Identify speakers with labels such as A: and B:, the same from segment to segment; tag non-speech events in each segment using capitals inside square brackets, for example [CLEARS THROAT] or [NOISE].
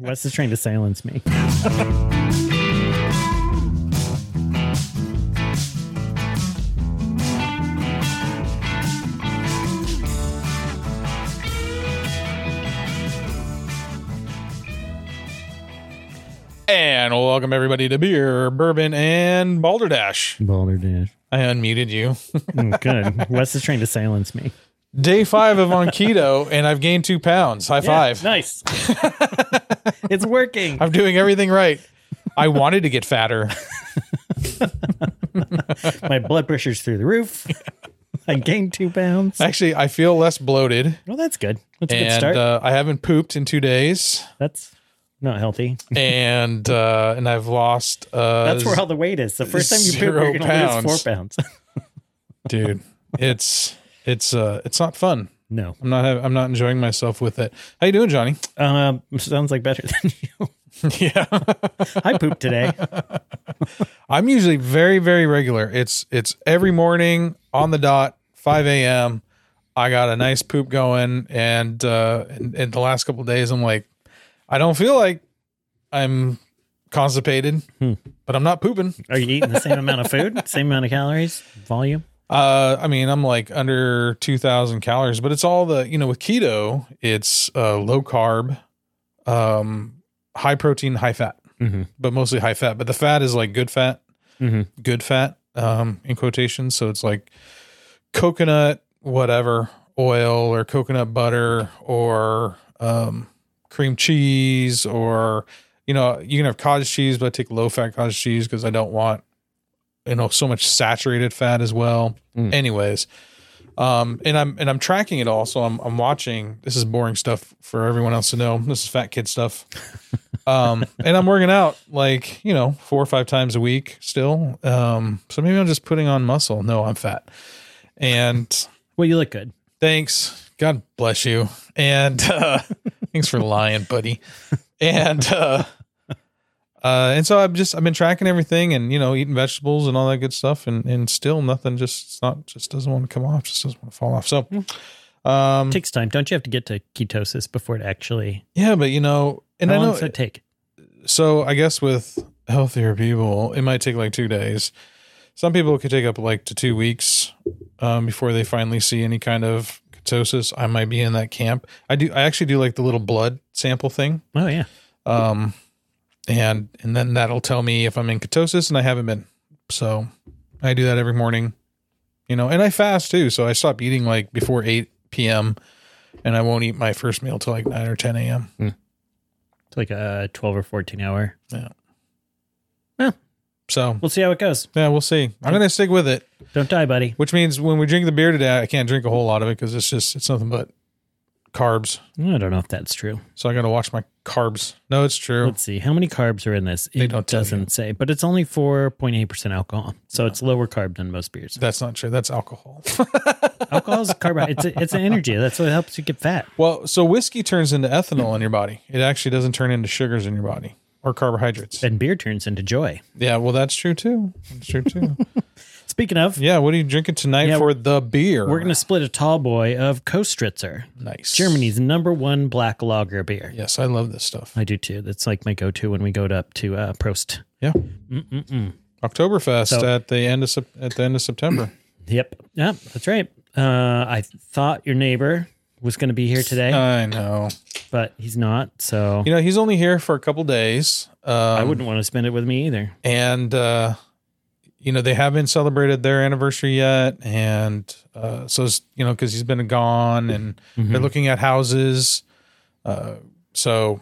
A: Wes is trying to silence me.
B: And welcome everybody to beer, bourbon, and balderdash.
A: Balderdash.
B: I unmuted you.
A: Mm, Good. Wes is trying to silence me.
B: Day five of on keto, [LAUGHS] and I've gained two pounds. High [LAUGHS] five!
A: Yeah, nice. [LAUGHS] it's working.
B: I'm doing everything right. I wanted to get fatter.
A: My blood pressure's through the roof. I gained two pounds.
B: Actually, I feel less bloated,
A: Well, that's good. That's a good
B: and
A: start.
B: uh, I haven't pooped in two days,
A: that's not healthy.
B: and uh, and I've lost. Uh,
A: That's where all the weight is. The first time you poop,
B: zero
A: you're going to lose
B: pounds.
A: four pounds. [LAUGHS]
B: dude. It's it's uh it's not fun.
A: no.
B: I'm not hav- I'm not enjoying myself with it. How you doing, Johnny? [LAUGHS]
A: Um, sounds like better than [LAUGHS] you.
B: yeah,
A: I pooped today.
B: I'm usually very, very regular. It's it's every morning on the dot, 5 a.m. I got a nice poop going, and uh, in, in the last couple of days, I'm like, I don't feel like I'm constipated, but I'm not pooping.
A: Are you eating the same amount of food? Same amount of calories? Volume?
B: Uh, I mean, I'm like under 2,000 calories, but it's all the you know with keto, it's uh, low carb, um, high protein, high fat,
A: Mhm.
B: but mostly high fat. But the fat is like good fat.
A: Mm-hmm.
B: good fat um, in quotations. So it's like coconut, whatever oil or coconut butter or um, cream cheese or you know you can have cottage cheese, but I take low fat cottage cheese because I don't want you know so much saturated fat as well.
A: Mm.
B: Anyways. Um, and I'm and I'm tracking it all, so I'm I'm watching. This is boring stuff for everyone else to know. This is fat kid stuff um and i'm working out like you know four or five times a week still um so maybe i'm just putting on muscle no i'm fat and
A: Well, you look good.
B: thanks god bless you and [LAUGHS] uh thanks for lying buddy and uh uh and so i've just i've been tracking everything and you know eating vegetables and all that good stuff and and still nothing just it's not just doesn't want to come off just doesn't want to fall off so um
A: takes time. Don't you have to get to ketosis before it actually?
B: yeah but you know and
A: How
B: i
A: long
B: know
A: does that take?
B: so I guess with healthier people, it might take like two days. Some people could take up like to two weeks um, before they finally see any kind of ketosis. I might be in that camp. I do. I actually do like the little blood sample thing,
A: Oh yeah.
B: um, and and then that'll tell me if I'm in ketosis, and I haven't been. So I do that every morning, you know, and I fast too. So I stop eating like before eight p.m. and I won't eat my first meal till like nine or ten a.m.
A: It's like a 12 or 14 hour.
B: So
A: We'll see how it goes.
B: yeah, we'll see. I'm gonna stick with it.
A: Don't die, buddy.
B: Which means when we drink the beer today, I can't drink a whole lot of it because it's just it's nothing but carbs.
A: I don't know if that's true.
B: So I got to watch my carbs. No, it's true.
A: Let's see. How many carbs are in this? It
B: don't tell you.
A: doesn't say, but it's only 4.8% alcohol. So it's lower carb than most beers.
B: That's not true. That's alcohol.
A: Alcohol is carb. It's, a, it's an energy. That's what helps you get fat.
B: well, so whiskey turns into ethanol in your body. It actually doesn't turn into sugars in your body or carbohydrates.
A: Then beer turns into joy.
B: Yeah, well, that's true too. That's
A: [LAUGHS]
B: true too.
A: Speaking of,
B: yeah, what are you drinking tonight
A: Yeah,
B: for the beer?
A: we're going to split a tall boy of Kostritzer,
B: nice
A: Germany's number one black lager beer.
B: Yes, I love this stuff.
A: I do too. That's like my go to when we go to, up to uh, Prost.
B: Yeah,
A: Mm-mm-mm.
B: Oktoberfest
A: So-
B: at the end of Sep- at the end
A: [CLEARS THROAT]
B: of September.
A: Yep. Yep. That's right. Uh, I thought your neighbor was going to be here today,
B: I know.
A: but he's not. So
B: You know, he's only here for a couple days. Um,
A: I wouldn't want to spend it with me either.
B: and uh, you know they haven't celebrated their anniversary yet, and uh, so it's- you know because he's been gone, and
A: Mm-hmm.
B: they're looking at houses, uh, so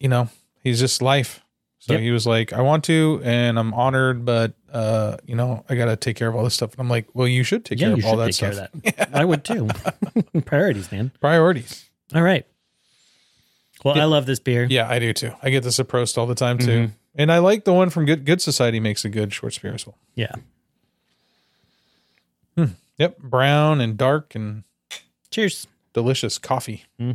B: you know he's just life. So
A: Yep.
B: he was like, "I want to, and I'm honored, but uh, you know I got to take care of all this stuff." And I'm like, "Well, you should take
A: Yeah,
B: care
A: you
B: of all
A: should take
B: that stuff.
A: care of that. I would
B: [LAUGHS]
A: too. Priorities, man.
B: Priorities."
A: All right. Well, I love this beer.
B: Yeah, I do too. I get this at Prost all the time too,
A: Mm-hmm.
B: and I like the one from Good Good Society makes a good short spear as well.
A: Yeah.
B: Yep, brown and dark and
A: Cheers.
B: delicious coffee. Oh.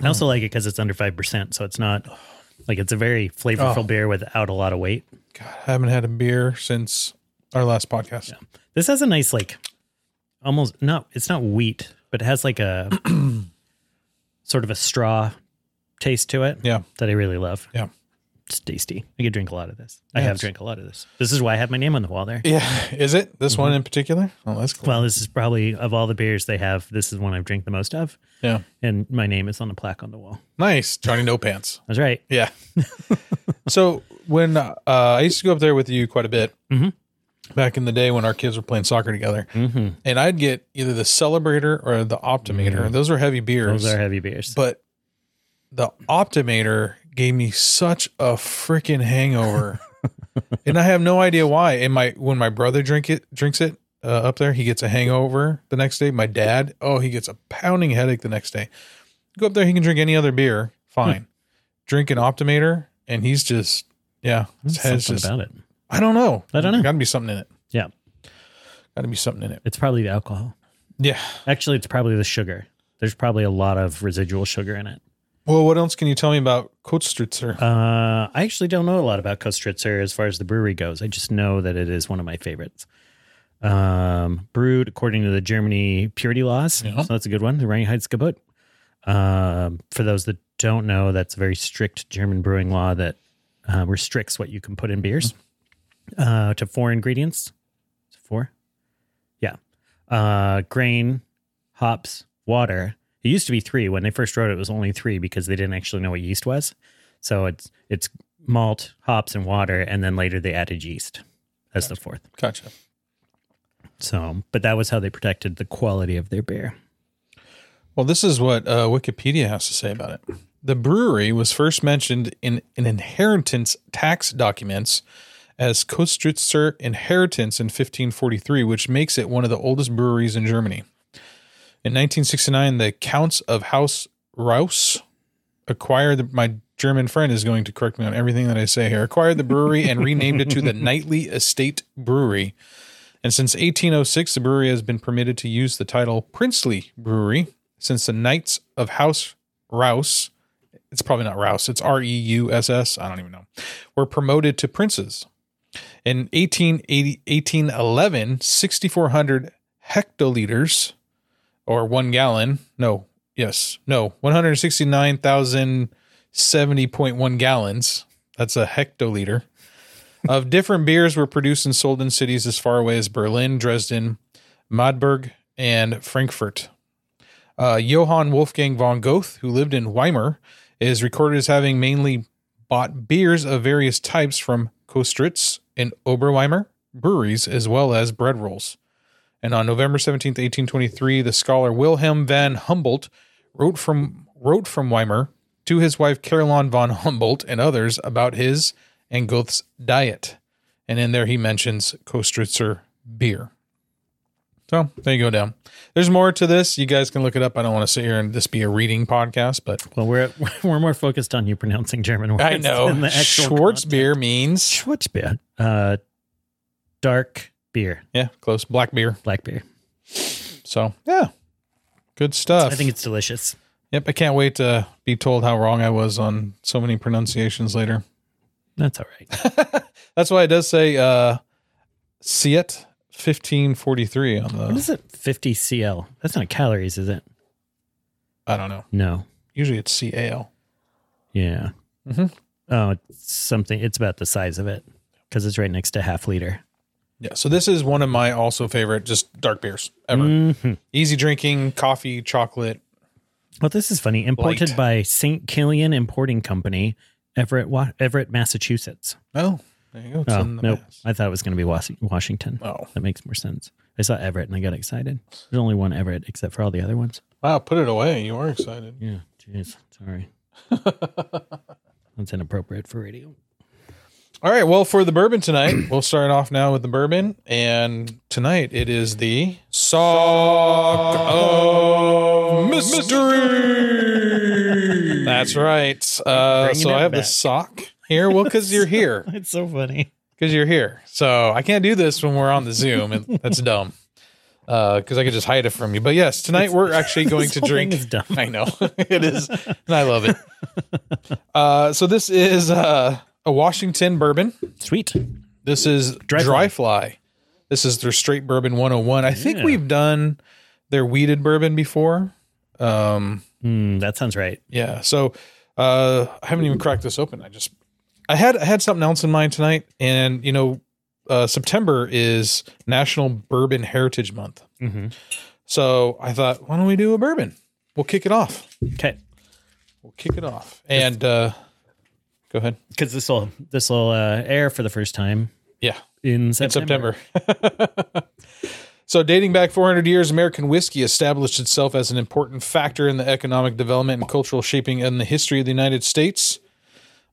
A: I also like it because it's under 5%. So it's not like it's a very
B: Oh.
A: flavorful beer without a lot of weight.
B: God, I haven't had a beer since our last podcast.
A: This has a nice,
B: [CLEARS THROAT]
A: like, almost not, it's not wheat, but it has like a sort of a straw taste to it
B: Yeah.
A: that I really love.
B: Yeah.
A: It's tasty. I could drink a lot of this. I
B: Yeah,
A: have
B: it's-
A: drank a lot of this. This is why I have my name on the wall there.
B: [LAUGHS] Yeah. Is it this one in particular? Oh, that's cool.
A: Well, this is probably of all the beers they have, this is one I've drank the most of.
B: yeah.
A: And my name is on the plaque on the wall.
B: Nice. Johnny No Pants.
A: That's right.
B: Yeah. [LAUGHS] so when uh, I used to go up there with you quite a bit
A: Mhm.
B: back in the day when our kids were playing soccer together,
A: Mm-hmm.
B: and I'd get either the Celebrator or the Optimator. Those were heavy beers,
A: Those are heavy beers.
B: but the Optimator gave me such a freaking
A: [LAUGHS]
B: hangover, and I have no idea why. And my when my brother drink it drinks it. Uh, up there, he gets a hangover the next day. My dad, oh, he gets a pounding headache the next day. Go up there, he can drink any other beer, fine. Drink an Optimator, and he's just, yeah, his
A: There's
B: head's
A: something
B: just
A: about it.
B: I don't know.
A: I don't know.
B: Got to be something in it.
A: Yeah.
B: Got to be something in it.
A: It's probably the alcohol.
B: Yeah.
A: Actually, it's probably the sugar. There's probably a lot of residual sugar in it.
B: Well, what else can you tell me about Kotzstritzer?
A: Uh, I actually don't know a lot about Kostritzer as far as the brewery goes. I just know that it is one of my favorites. Um, brewed according to the Germany purity laws.
B: Yeah.
A: So that's a good one. The Reinheitsgebot. Um, for those that don't know, that's a very strict German brewing law that uh, restricts what you can put in beers uh, to four ingredients. Is it Four? Yeah. Uh, grain, hops, water. It used to be three. When they first wrote it, it was only three because they didn't actually know what yeast was. So it's it's malt, hops, and water, and then later they added yeast as the fourth.
B: Gotcha.
A: So, but that was how they protected the quality of their beer.
B: Well, this is what uh, Wikipedia has to say about it. The brewery was first mentioned in an inheritance tax documents as Kostritzer Inheritance in 1543, which makes it one of the oldest breweries in Germany. In 1969, the Counts of House Raus acquired the, my German friend is going to correct me on everything that I say here. Acquired the brewery and renamed it to the Knightly Estate Brewery. And since 1806, the brewery has been permitted to use the title Princely Brewery. Since the Knights of House Rouse, it's probably not Rouse, it's R E U S S, I don't even know, were promoted to princes. In 1880, 1811, 6,400 hectoliters or one gallon, no, yes, no, 169,070.1 gallons. That's a hectoliter of different beers were produced and sold in cities as far away as Berlin, Dresden, Magdeburg, and Frankfurt. Uh, Johann Wolfgang von Goethe, who lived in Weimar, is recorded as having mainly bought beers of various types from Kostritz and Oberweimer breweries, as well as bread rolls. And on November 17, 1823, the scholar Wilhelm van Humboldt wrote from wrote from Weimar to his wife Caroline von Humboldt and others about his and Goethe's diet. And in there he mentions Kostritzer beer. So there you go down. There's more to this. You guys can look it up. I don't want to sit here and this be a reading podcast, but
A: Well, we're [LAUGHS] we're more focused on you pronouncing German words.
B: I know
A: than the actual
B: Schwartz
A: content.
B: beer means
A: Schwartz beer. Uh, dark beer,
B: yeah, close black beer.
A: black beer.
B: So yeah, good stuff.
A: I think it's delicious.
B: Yep, I can't wait to be told how wrong I was on so many pronunciations later.
A: That's all right.
B: That's why it does say uh Siet fifteen forty three on
A: What
B: the
A: is it? 50 cl. That's not calories, is it?
B: I don't know.
A: No.
B: Usually it's C A L.
A: Yeah.
B: Mhm.
A: Oh, it's something. It's about the size of it because it's right next to half liter.
B: Yeah, so this is one of my also favorite just dark beers ever.
A: Mhm.
B: Easy drinking, coffee, chocolate.
A: Well, this is funny. Imported
B: Light.
A: by St. Killian Importing Company, Everett, Wa- Everett, Massachusetts.
B: Oh, there you go. It's
A: Oh,
B: in the
A: nope.
B: past.
A: I thought it was going to be Was- Washington.
B: Oh.
A: That makes more sense. I saw Everett and I got excited. There's only one Everett except for all the other ones.
B: Wow, put it away. You are excited.
A: Yeah. Jeez. Sorry. [LAUGHS] That's inappropriate for radio.
B: All right, well, for the bourbon tonight, [CLEARS THROAT] we'll start off now with the bourbon. And tonight it is the Sock of Mystery. That's right. Uh,
A: Bringing
B: so I
A: it
B: have the
A: back.
B: sock here. Well, because you're here.
A: [LAUGHS] It's so funny.
B: because you're here. So I can't do this when we're on the Zoom, and
A: [LAUGHS]
B: that's dumb. Because I could just hide it from you. But yes, tonight we're actually
A: [LAUGHS]
B: going
A: this
B: to
A: whole
B: drink.
A: thing is dumb.
B: [LAUGHS] I know it is, and I love it.
A: [LAUGHS]
B: Uh, so this is uh, a Washington bourbon.
A: Sweet.
B: This is dry,
A: Dry Fly.
B: fly. This is their straight bourbon 101. I think
A: Yeah.
B: we've done their weeded bourbon before. Um,
A: Mm, that sounds right.
B: yeah. So uh, I haven't even cracked this open. I just I had I had something else in mind tonight, and you know, uh, September is National Bourbon Heritage Month.
A: Mhm.
B: So I thought, why don't we do a bourbon? We'll kick it off.
A: Okay.
B: We'll kick it off. And uh, go ahead.
A: Because this will this will uh, air for the first time
B: Yeah.
A: in
B: in
A: September.
B: September. [LAUGHS] so, dating back 400 years, American whiskey established itself as an important factor in the economic development and cultural shaping in the history of the United States.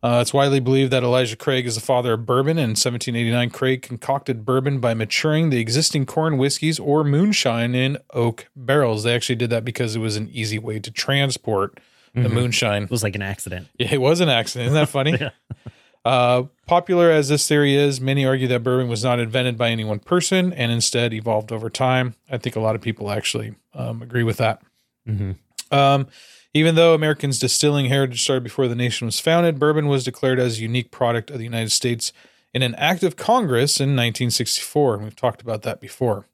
B: Uh, it's widely believed that Elijah Craig is the father of bourbon. In 1789, Craig concocted bourbon by maturing the existing corn whiskeys or moonshine in oak barrels. They actually did that because it was an easy way to transport the moonshine.
A: It was like an accident.
B: Yeah, it was an accident. Isn't that funny? uh, popular as this theory is, many argue that bourbon was not invented by any one person and instead evolved over time. I think a lot of people actually um, agree with that.
A: Mhm.
B: Um, even though Americans' distilling heritage started before the nation was founded, bourbon was declared as a unique product of the United States in an act of Congress in 1964. And we've talked about that before.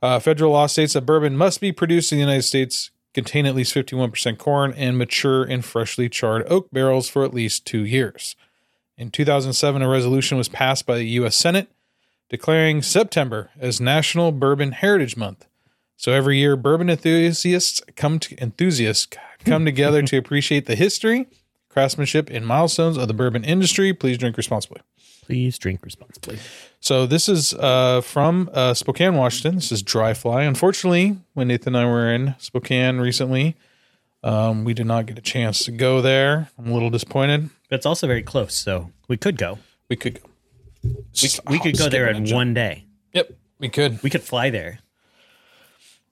B: Uh, federal law states that bourbon must be produced in the United States, contain at least 51% corn, and mature in freshly charred oak barrels for at least two years. In 2007, a resolution was passed by the U.S. Senate declaring September as National Bourbon Heritage Month. So every year, bourbon enthusiasts come to enthusiasts come together to appreciate the history, craftsmanship, and milestones of the bourbon industry. Please drink responsibly.
A: Please drink responsibly.
B: So this is uh, from uh, Spokane, Washington. This is Dry Fly. Unfortunately, when Nathan and I were in Spokane recently, um, we did not get a chance to go there. I'm a little disappointed.
A: But it's also very close, so we could go.
B: We could go.
A: We could go there in one day.
B: Yep, we could.
A: We could fly there.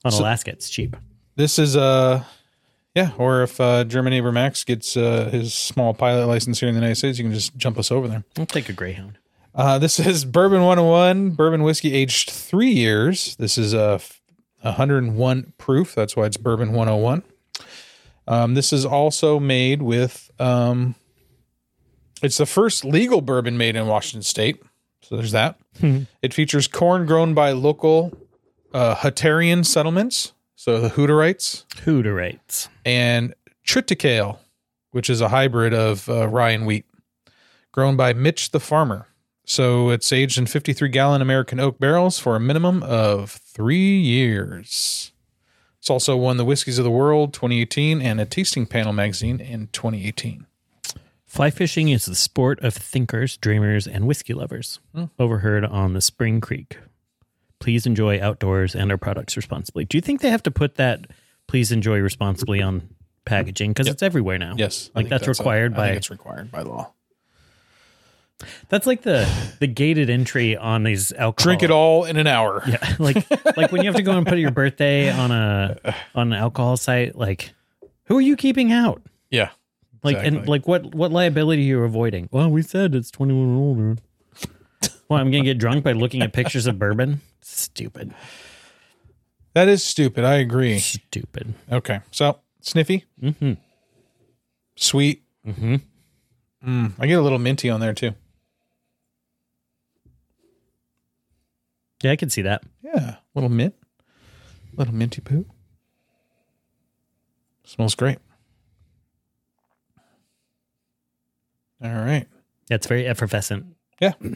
A: On Alaska, it's cheap.
B: This is uh yeah, or if uh, German neighbor Max gets uh, his small pilot license here in the United States, you can just jump us over there.
A: We'll take a Greyhound.
B: Uh, this is Bourbon 101, bourbon whiskey aged three years. This is a f- 101 proof. That's why it's Bourbon 101. Um, this is also made with, um, it's the first legal bourbon made in Washington state. So there's that. It features corn grown by local uh, Hunterian settlements, so the Hooterites
A: Hooterates.
B: and triticale, which is a hybrid of uh, rye and wheat, grown by Mitch the farmer. So it's aged in 53 gallon American oak barrels for a minimum of three years. It's also won the Whiskies of the World 2018 and a Tasting Panel magazine in 2018.
A: Fly fishing is the sport of thinkers, dreamers, and whiskey lovers. Overheard on the Spring Creek. Please enjoy outdoors and our products responsibly. Do you think they have to put that "Please enjoy responsibly" on packaging because it's everywhere now?
B: Yes,
A: Like
B: think
A: that's
B: a-
A: required
B: I
A: by-
B: think it's required by law.
A: that's like the the gated entry on these alcohol.
B: Drink it all in an hour.
A: Yeah, [LAUGHS] like like when you have to go and put your birthday on a on an alcohol site. Like, who are you keeping out?
B: Yeah.
A: Like and
B: Exactly.
A: like what what liability you're avoiding? Well, we said it's 21 and older. well, I'm gonna get drunk by looking at pictures of bourbon. Stupid,
B: That is stupid. I agree.
A: stupid.
B: Okay. So sniffy,
A: Mm-hmm.
B: sweet.
A: Mm-hmm.
B: Mm, I get a little minty on there too.
A: Yeah, I can see that.
B: Yeah, little mint, little minty poo. Smells great. All right.
A: Yeah, it's very effervescent.
B: Yeah. [CLEARS THROAT]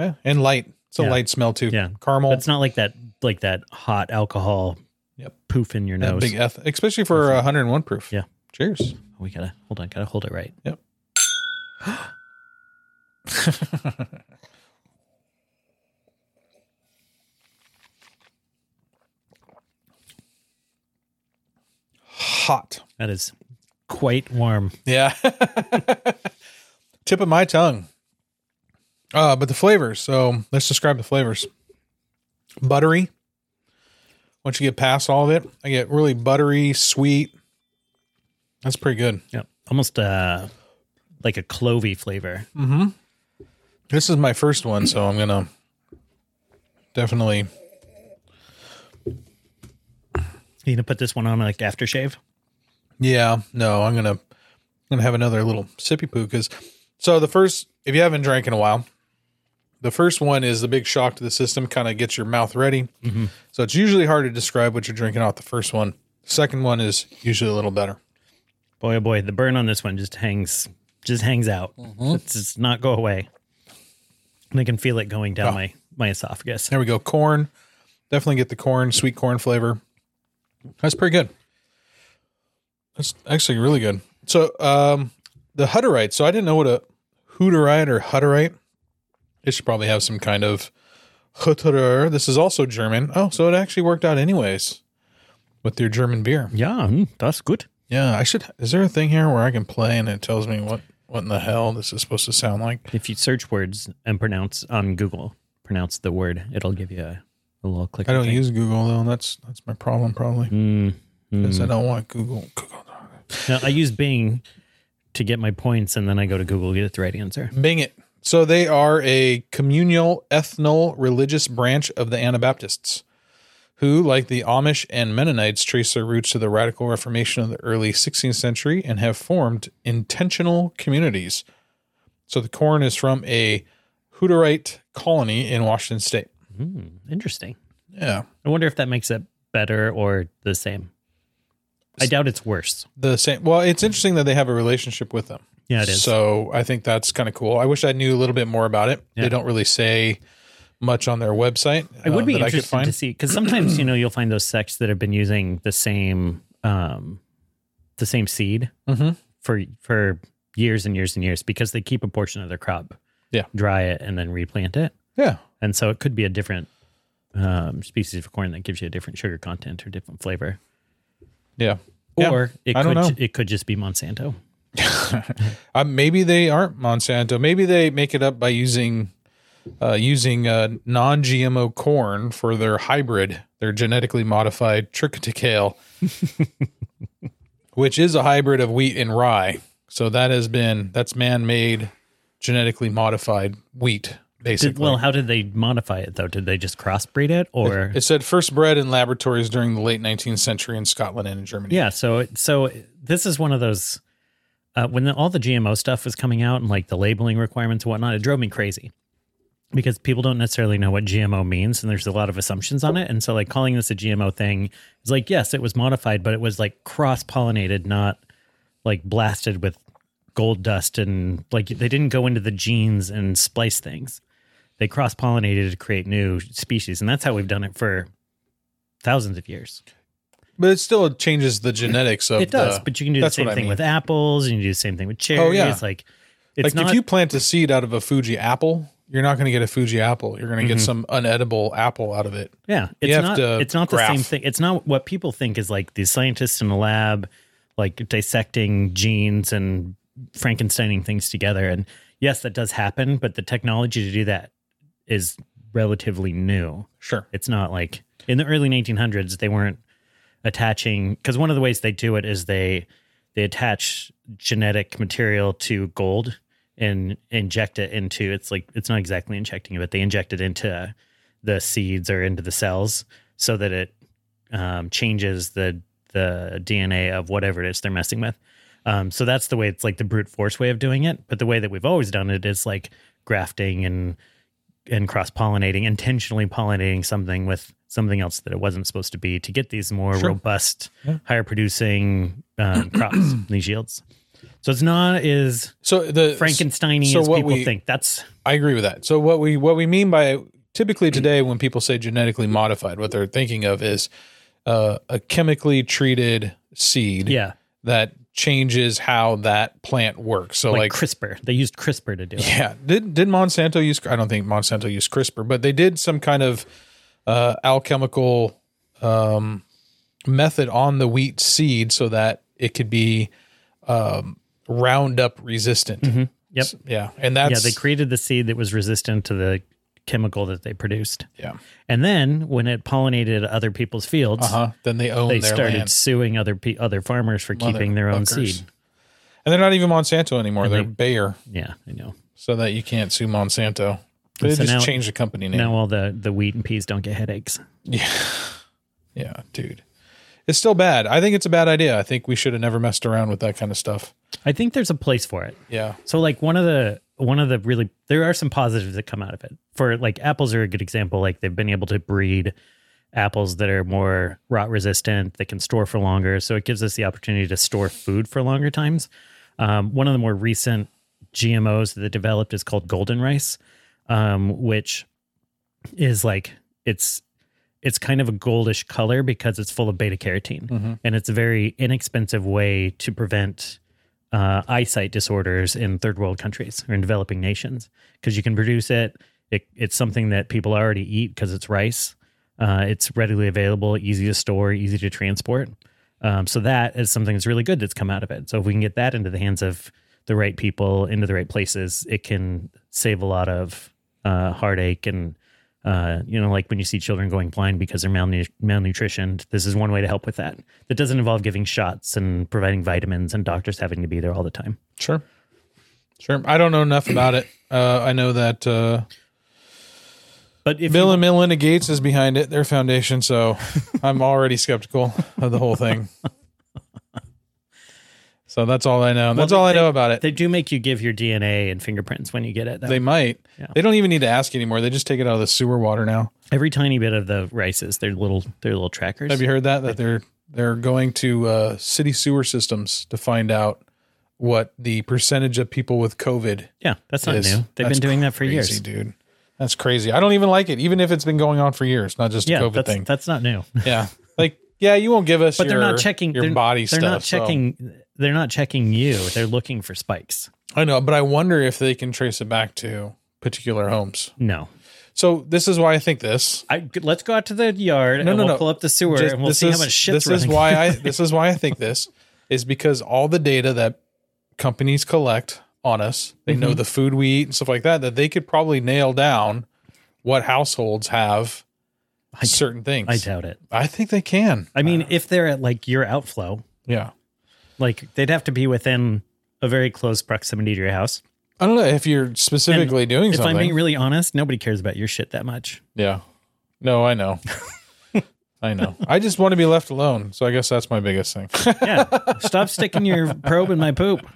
B: Yeah. And light. It's a
A: Yeah.
B: light smell too.
A: Yeah.
B: Caramel.
A: It's not like that like that hot alcohol
B: Yep.
A: poof in your
B: that
A: nose.
B: big eth- especially for uh, 101 proof.
A: Yeah.
B: Cheers.
A: we gotta hold on, gotta hold it right.
B: Hot.
A: That is quite warm.
B: Yeah. Tip of my tongue. Uh, but the flavors. So let's describe the flavors. Buttery. Once you get past all of it, I get really buttery, sweet. That's pretty good.
A: Yeah. Almost uh like a clovey flavor.
B: This is my first one, so I'm gonna definitely.
A: You gonna put this one on like aftershave?
B: Yeah, no, I'm gonna I'm gonna have another little sippy poo because. So the first, if you haven't drank in a while, the first one is the big shock to the system, kind of gets your mouth ready. So it's usually hard to describe what you're drinking off the first one. Second one is usually a little better.
A: Boy, oh boy, the burn on this one just hangs, just hangs out.
B: Mm-hmm.
A: It's just not go away. And I can feel it going down
B: Oh.
A: my my esophagus.
B: There we go. Corn. Definitely get the corn, sweet corn flavor. That's pretty good. That's actually really good. So um the Hutterite. So I didn't know what a Hutterite or Hutterite. It should probably have some kind of Hutterer. This is also German. Oh, so it actually worked out anyways with your German beer.
A: Yeah, mm, that's good.
B: Yeah, I should. Is there a thing here where I can play and it tells me what what in the hell this is supposed to sound like?
A: If you search words and pronounce on Google, pronounce the word, it'll give you a, a little click.
B: I don't
A: thing.
B: use Google though. and That's that's my problem probably
A: Mm, mm.
B: because I don't want Google. Google.
A: No, I use Bing to get my points, and then I go to Google to get the right answer.
B: Bing it. So they are a communal, ethno religious branch of the Anabaptists, who, like the Amish and Mennonites, trace their roots to the radical Reformation of the early 16th century and have formed intentional communities. So the corn is from a Hutterite colony in Washington State.
A: Mm, interesting.
B: Yeah.
A: I wonder if that makes it better or the same. I doubt it's worse.
B: The same. Well, it's interesting that they have a relationship with them.
A: Yeah, it is.
B: So I think that's kind of cool. I wish I knew a little bit more about it.
A: Yeah.
B: They don't really say much on their website.
A: I would
B: uh,
A: be
B: that
A: interested to see because sometimes you know you'll find those sects that have been using the same um, the same seed
B: Mhm.
A: for for years and years and years because they keep a portion of their crop,
B: Yeah.
A: dry it and then replant it,
B: Yeah.
A: and so it could be a different um, species of corn that gives you a different sugar content or different flavor,
B: Yeah. Yeah.
A: or it
B: I
A: could
B: don't know.
A: it could just be Monsanto.
B: Uh, maybe they aren't Monsanto. Maybe they make it up by using uh, using uh, non-GMO corn for their hybrid, their genetically modified triticale, [LAUGHS] which is a hybrid of wheat and rye. So that has been that's man-made, genetically modified wheat. Basically,
A: Did, well, how did they modify it though? Did they just crossbreed it, or
B: it said first bred in laboratories during the late 19th century in Scotland and in Germany.
A: Yeah, so it- so this is one of those uh, when the, all the GMO stuff was coming out and like the labeling requirements and whatnot, it drove me crazy because people don't necessarily know what GMO means and there's a lot of assumptions on it. And so like calling this a GMO thing is like yes, it was modified, but it was like cross pollinated, not like blasted with gold dust and like they didn't go into the genes and splice things. They cross pollinated to create new species, and that's how we've done it for thousands of years.
B: but it still changes the genetics of
A: It does,
B: the-
A: but you can do the
B: that's
A: same
B: what I
A: thing
B: mean. Oh,
A: with apples, and you do the same thing with cherries.
B: yeah.
A: Like it's
B: like
A: not.
B: if you plant a seed out of a Fuji apple, you're not going to get a Fuji apple. You're going to
A: Mm-hmm.
B: get some unedible apple out of it.
A: yeah, it's
B: have
A: not.
B: to
A: It's not the same
B: graph.
A: thing. It's not what people think is like these scientists in a lab, like dissecting genes and Frankensteining things together. And yes, that does happen, but the technology to do that is relatively new.
B: Sure.
A: It's not like in the early 1900s they weren't attaching because one of the ways they do it is they they attach genetic material to gold and inject it into it's like it's not exactly injecting it, but they inject it into the seeds or into the cells so that it um, changes the the DNA of whatever it is they're messing with. Um, so that's the way it's like the brute force way of doing it. But the way that we've always done it is like grafting and and cross pollinating, intentionally pollinating something with something else that it wasn't supposed to be to get these more
B: Sure.
A: robust,
B: Yeah.
A: higher producing
B: [CLEARS THROAT]
A: um, crops, these yields. So it's not as
B: So the
A: Frankenstein
B: so
A: as
B: what
A: people
B: we-
A: think. That's
B: I agree with that. So what we what we mean by typically today when people say genetically modified, what they're thinking of is uh, a chemically treated seed
A: yeah,
B: that changes how that plant works. So
A: like,
B: like,
A: CRISPR. They used CRISPR to do it.
B: yeah, did did Monsanto use? I don't think Monsanto used CRISPR, but they did some kind of uh, alchemical um, method on the wheat seed so that it could be um, Roundup resistant.
A: Mm-hmm. Yep.
B: Yeah, and that's
A: yeah, they created the seed that was resistant to the chemical that they produced.
B: yeah.
A: And then when it pollinated other people's fields,
B: Uh-huh. Then they own
A: they
B: their
A: started
B: land.
A: suing other pe- other farmers for keeping their own
B: Motherfuckers.
A: seed.
B: And they're not even Monsanto anymore.
A: And
B: they're
A: they-
B: Bayer,
A: Yeah, I know.
B: so that you can't sue Monsanto. They
A: so
B: just
A: now-
B: changed the company name.
A: Now all the the wheat and peas don't get headaches.
B: Yeah. Yeah, dude. It's still bad. I think it's a bad idea. I think we should have never messed around with that kind of stuff.
A: I think there's a place for it.
B: Yeah.
A: So like one of the one of the really there are some positives that come out of it. For like apples are a good example. Like they've been able to breed apples that are more rot resistant that can store for longer. So it gives us the opportunity to store food for longer times. Um, one of the more recent GMOs that they developed is called golden rice, um, which is like it's it's kind of a goldish color because it's full of beta carotene,
B: Mhm.
A: and it's a very inexpensive way to prevent uh, eyesight disorders in third world countries or in developing nations because you can produce it. it. It's something that people already eat because it's rice. Uh, it's readily available, easy to store, easy to transport. Um, so that is something that's really good that's come out of it. So if we can get that into the hands of the right people, into the right places, it can save a lot of uh, heartache and uh, you know, like when you see children going blind because they're malnu- malnutritioned, this is one way to help with that. That doesn't involve giving shots and providing vitamins and doctors having to be there all the time.
B: Sure. Sure. I don't know enough about it. Uh, I know that uh,
A: But if
B: Bill and Melinda Gates is behind it, their foundation. So
A: [LAUGHS]
B: I'm already skeptical of the whole thing. So that's all I know. That's
A: they-
B: all I
A: they-
B: know about it.
A: they do make you give your DNA and fingerprints when you get it. though.
B: They might.
A: Yeah.
B: They don't even need to ask anymore. They just take it out of the sewer water now.
A: Every tiny bit of the rices, they're little, they're little trackers.
B: Have you heard that? That they're they're going to uh, city sewer systems to find out what the percentage of people with COVID
A: yeah, that's not
B: is.
A: new. They've
B: That's
A: been doing that for
B: crazy,
A: years.
B: dude. That's crazy. I don't even like it, even if it's been going on for years, not just a
A: Yeah,
B: COVID
A: that's [LAUGHS]
B: thing.
A: that's not new.
B: yeah, like yeah, you won't give us.
A: But
B: your,
A: they're not checking
B: your
A: they're,
B: body
A: They're
B: stuff.
A: not
B: so-
A: checking. They're not checking you. They're looking for spikes.
B: I know, but I wonder if they can trace it back to particular homes.
A: No,
B: So this is why I think this.
A: I, let's go out to the yard
B: No,
A: and
B: no,
A: we'll
B: no.
A: pull up the sewer
B: Just-
A: and we'll
B: this
A: see
B: is,
A: how much shit's
B: This
A: running.
B: is why
A: [LAUGHS]
B: I. This is why I think this is because all the data that companies collect on us, they
A: Mm-hmm.
B: know the food we eat and stuff like that. That they could probably nail down what households have
A: I,
B: certain things.
A: I doubt it.
B: I think they can.
A: I mean, if they're at like your outflow,
B: Yeah.
A: like they'd have to be within a very close proximity to your house.
B: I don't know if you're specifically doing
A: If
B: something.
A: I'm being really honest, nobody cares about your shit that much.
B: yeah. No,
A: [LAUGHS]
B: I know. I know. I just want to be left alone. So I guess that's my biggest thing.
A: Yeah. Stop sticking your probe in my poop.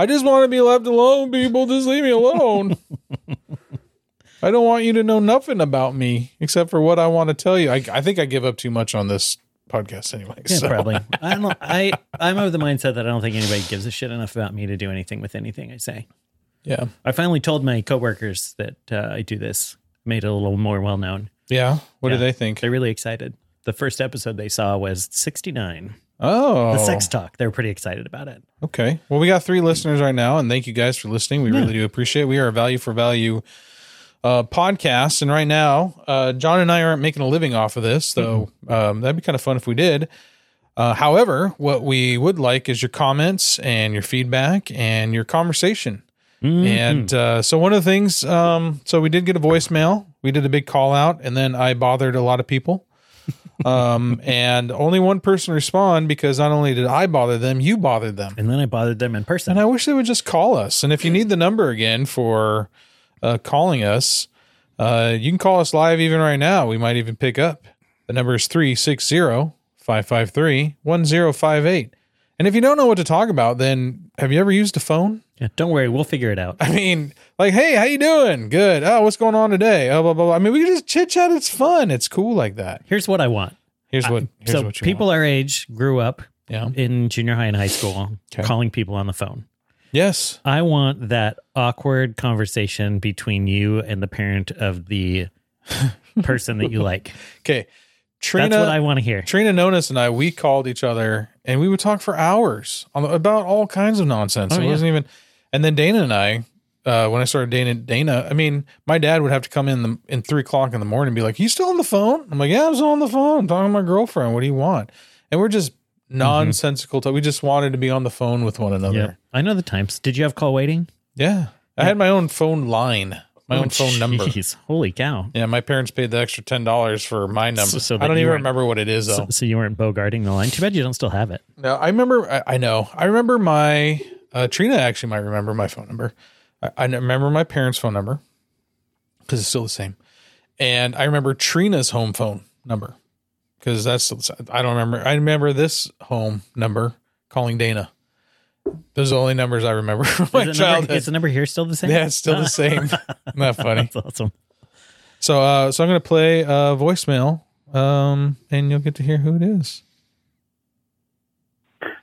B: I just want to be left alone, people. Just leave me alone.
A: [LAUGHS]
B: I don't want you to know nothing about me except for what I want to tell you. I, I think I give up too much on this podcast anyway.
A: Yeah,
B: so. [LAUGHS]
A: probably. I don't I I'm of the mindset that I don't think anybody gives a shit enough about me to do anything with anything I say.
B: Yeah.
A: I finally told my coworkers that uh, I do this, made it a little more well known.
B: Yeah. What do
A: Yeah.
B: they think?
A: They're really excited. The first episode they saw was 69,
B: Oh,
A: the sex talk. They were pretty excited about it.
B: okay. Well, we got three listeners right now, and thank you guys for listening. We really do appreciate. It. We are a value for value uh, podcast, and right now, uh, John and I aren't making a living off of this, so um, that'd be kind of fun if we did. Uh, however, what we would like is your comments and your feedback and your conversation. And uh, so, one of the things, um, so we did get a voicemail. We did a big call out, and then I bothered a lot of people. um, and only one person responded because not only did I bother them, you bothered them.
A: And then I bothered them in person.
B: And I wish they would just call us. And if you need the number again for uh, calling us, uh, you can call us live even right now. We might even pick up. The number is 360 553 1058. And if you don't know what to talk about, then have you ever used a phone? [LAUGHS]
A: Yeah, don't worry, we'll figure it out.
B: I mean, like, hey, how you doing? Good. Oh, what's going on today? Oh, blah blah. blah. I mean, we can just chit chat. It's fun. It's cool like that.
A: Here's what I want.
B: Here's what. Here's
A: so
B: what you
A: people
B: want.
A: our age grew up
B: Yeah.
A: in junior high and high school
B: Okay.
A: calling people on the phone.
B: Yes.
A: I want that awkward conversation between you and the parent of the person that you like.
B: Okay. Trina.
A: That's what I want to hear.
B: Trina Nonis and I, we called each other and we would talk for hours on, about all kinds of nonsense.
A: Oh,
B: it
A: yeah.
B: wasn't even. And then Dana and I, uh, when I started Dana, Dana, I mean, my dad would have to come in the in three o'clock in the morning and be like, "You still on the phone?" I'm like, "Yeah, I'm still on the phone. I'm talking to my girlfriend. What do you want?" And we're just
A: Mm-hmm.
B: nonsensical. talk. We just wanted to be on the phone with one
A: Yeah.
B: another.
A: I know the times. Did you have call waiting?
B: Yeah, I had my own phone line, my
A: Oh,
B: own phone number.
A: jeez. Holy cow.
B: Yeah, my parents paid the extra ten dollars for my number.
A: so
B: I
A: that
B: don't
A: you
B: even
A: weren't-
B: remember what it is though.
A: So, so you weren't bogarting the line. Too bad you don't still have it.
B: No, I remember. I, I know. I remember my uh, Trina actually might remember my phone number. I, I remember my parents' phone number because it's still the same, and I remember Trina's home phone number because that's I don't remember. I remember this home number calling Dana. Those are the only numbers I remember [LAUGHS] from my
A: Is the number, [LAUGHS]
B: childhood.
A: is the number here still the same?
B: yeah, it's still the same. Not funny.
A: That's awesome.
B: So, uh, so I'm gonna play a voicemail, um, and you'll get to hear who it is.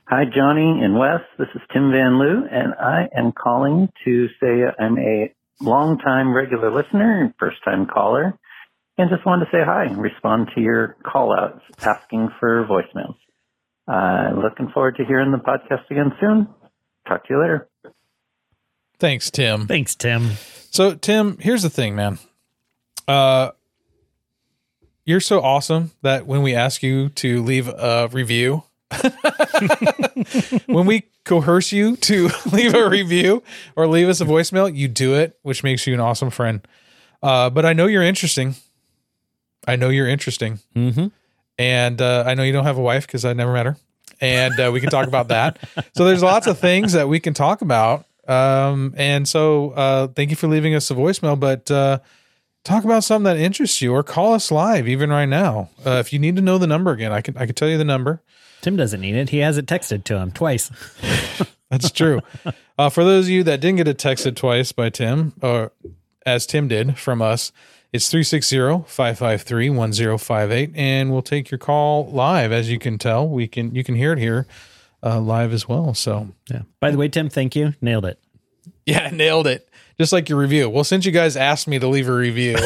C: Hi, Johnny and Wes. This is Tim Van Loo, and I am calling to say I'm a longtime regular listener and first time caller, and just wanted to say hi and respond to your call outs asking for voicemails. Uh, looking forward to hearing the podcast again soon. Talk to you later.
B: Thanks, Tim.
A: Thanks, Tim.
B: So, Tim, here's the thing, man. Uh, you're so awesome that when we ask you to leave a review, [LAUGHS] when we coerce you to [LAUGHS] leave a review or leave us a voicemail, you do it, which makes you an awesome friend. Uh, but I know you're interesting. I know you're interesting.
A: Mm-hmm.
B: And uh, I know you don't have a wife because I never met her. And uh, we can talk about that. So there's lots of things that we can talk about. Um, and so uh, thank you for leaving us a voicemail. But uh, talk about something that interests you or call us live even right now. Uh, if you need to know the number again, I can, I can tell you the number.
A: Tim doesn't need it. He has it texted to him twice.
B: That's true. uh, for those of you that didn't get it texted twice by Tim, or as Tim did from us, it's 360 553 1058. And we'll take your call live. As you can tell, we can you can hear it here uh, live as well. So,
A: Yeah. By the way, Tim, thank you. Nailed it.
B: [LAUGHS] yeah, nailed it. Just like your review. Well, since you guys asked me to leave a review,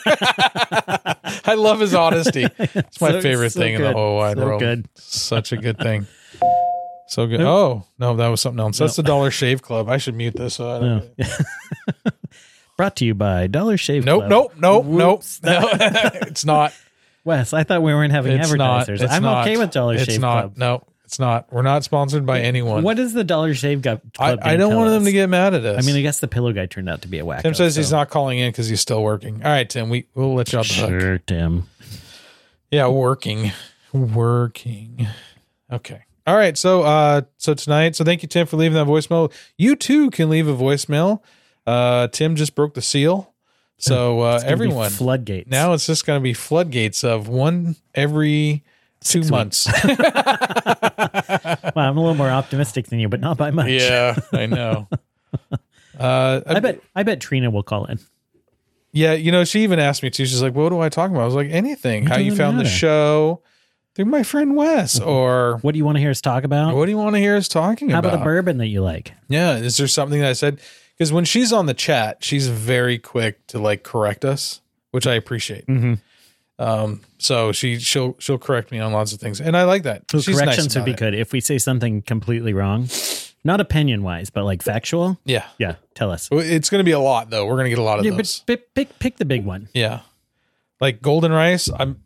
B: [LAUGHS] I love his honesty. It's my
A: So-
B: favorite
A: so
B: thing in the
A: good.
B: whole wide
A: So
B: world.
A: good.
B: Such a good thing. So good. Oh, no, that was something else. That's the Dollar Shave Club. I should mute this. Uh, So I don't
A: No. Brought to you by Dollar Shave
B: Nope,
A: Club.
B: nope, nope, nope.
A: Whoops.
B: No,
A: [LAUGHS]
B: [LAUGHS] it's not.
A: Wes, I thought we weren't having
B: It's not.
A: advertisers.
B: It's
A: I'm
B: not.
A: okay with Dollar
B: it's
A: Shave
B: not.
A: Club.
B: No, it's not. We're not sponsored by anyone.
A: What is the Dollar Shave Gu-
B: I,
A: Club?
B: I
A: gonna
B: don't
A: tell
B: want them
A: us?
B: to get mad at us.
A: I mean, I guess the pillow guy turned out to be a wacko.
B: Tim says he's
A: so-
B: not calling in because he's still working. All right, Tim, we we'll let you out the hook.
A: Sure, Tim.
B: Yeah, working, working. Okay. All right. So, uh, so tonight, so thank you, Tim, for leaving that voicemail. You too can leave a voicemail. Uh, Tim just broke the seal, so uh,
A: Gonna be
B: everyone
A: floodgates
B: now it's just going to be floodgates of one every two
A: Six [LAUGHS]
B: months.
A: Well, I'm a little more optimistic than you, but not by much.
B: Yeah, I know. [LAUGHS] Uh,
A: I bet. I bet Trina will call in.
B: Yeah, you know, she even asked me too. She's like, "What do I talk about?" I was like, "Anything. How you
A: doesn't
B: found the
A: matter.
B: show through my friend Wes, or
A: What do you want to hear us talk about?
B: what do you want to hear us talking
A: How
B: about?"
A: about a bourbon that you like?
B: Yeah, is there something that I said? Because when she's on the chat, she's very quick to like correct us, which I appreciate.
A: Mhm.
B: Um, so she she'll she'll correct me on lots of things, and I like that.
A: So
B: She's nice
A: corrections would
B: about
A: be
B: it.
A: good if we say something completely wrong, not opinion wise, but like factual.
B: Yeah,
A: Yeah, tell us.
B: Well, it's going to be a lot though. We're going to get a lot of
A: Yeah,
B: those.
A: but pick, pick pick the big one.
B: Yeah. Like golden rice, I'm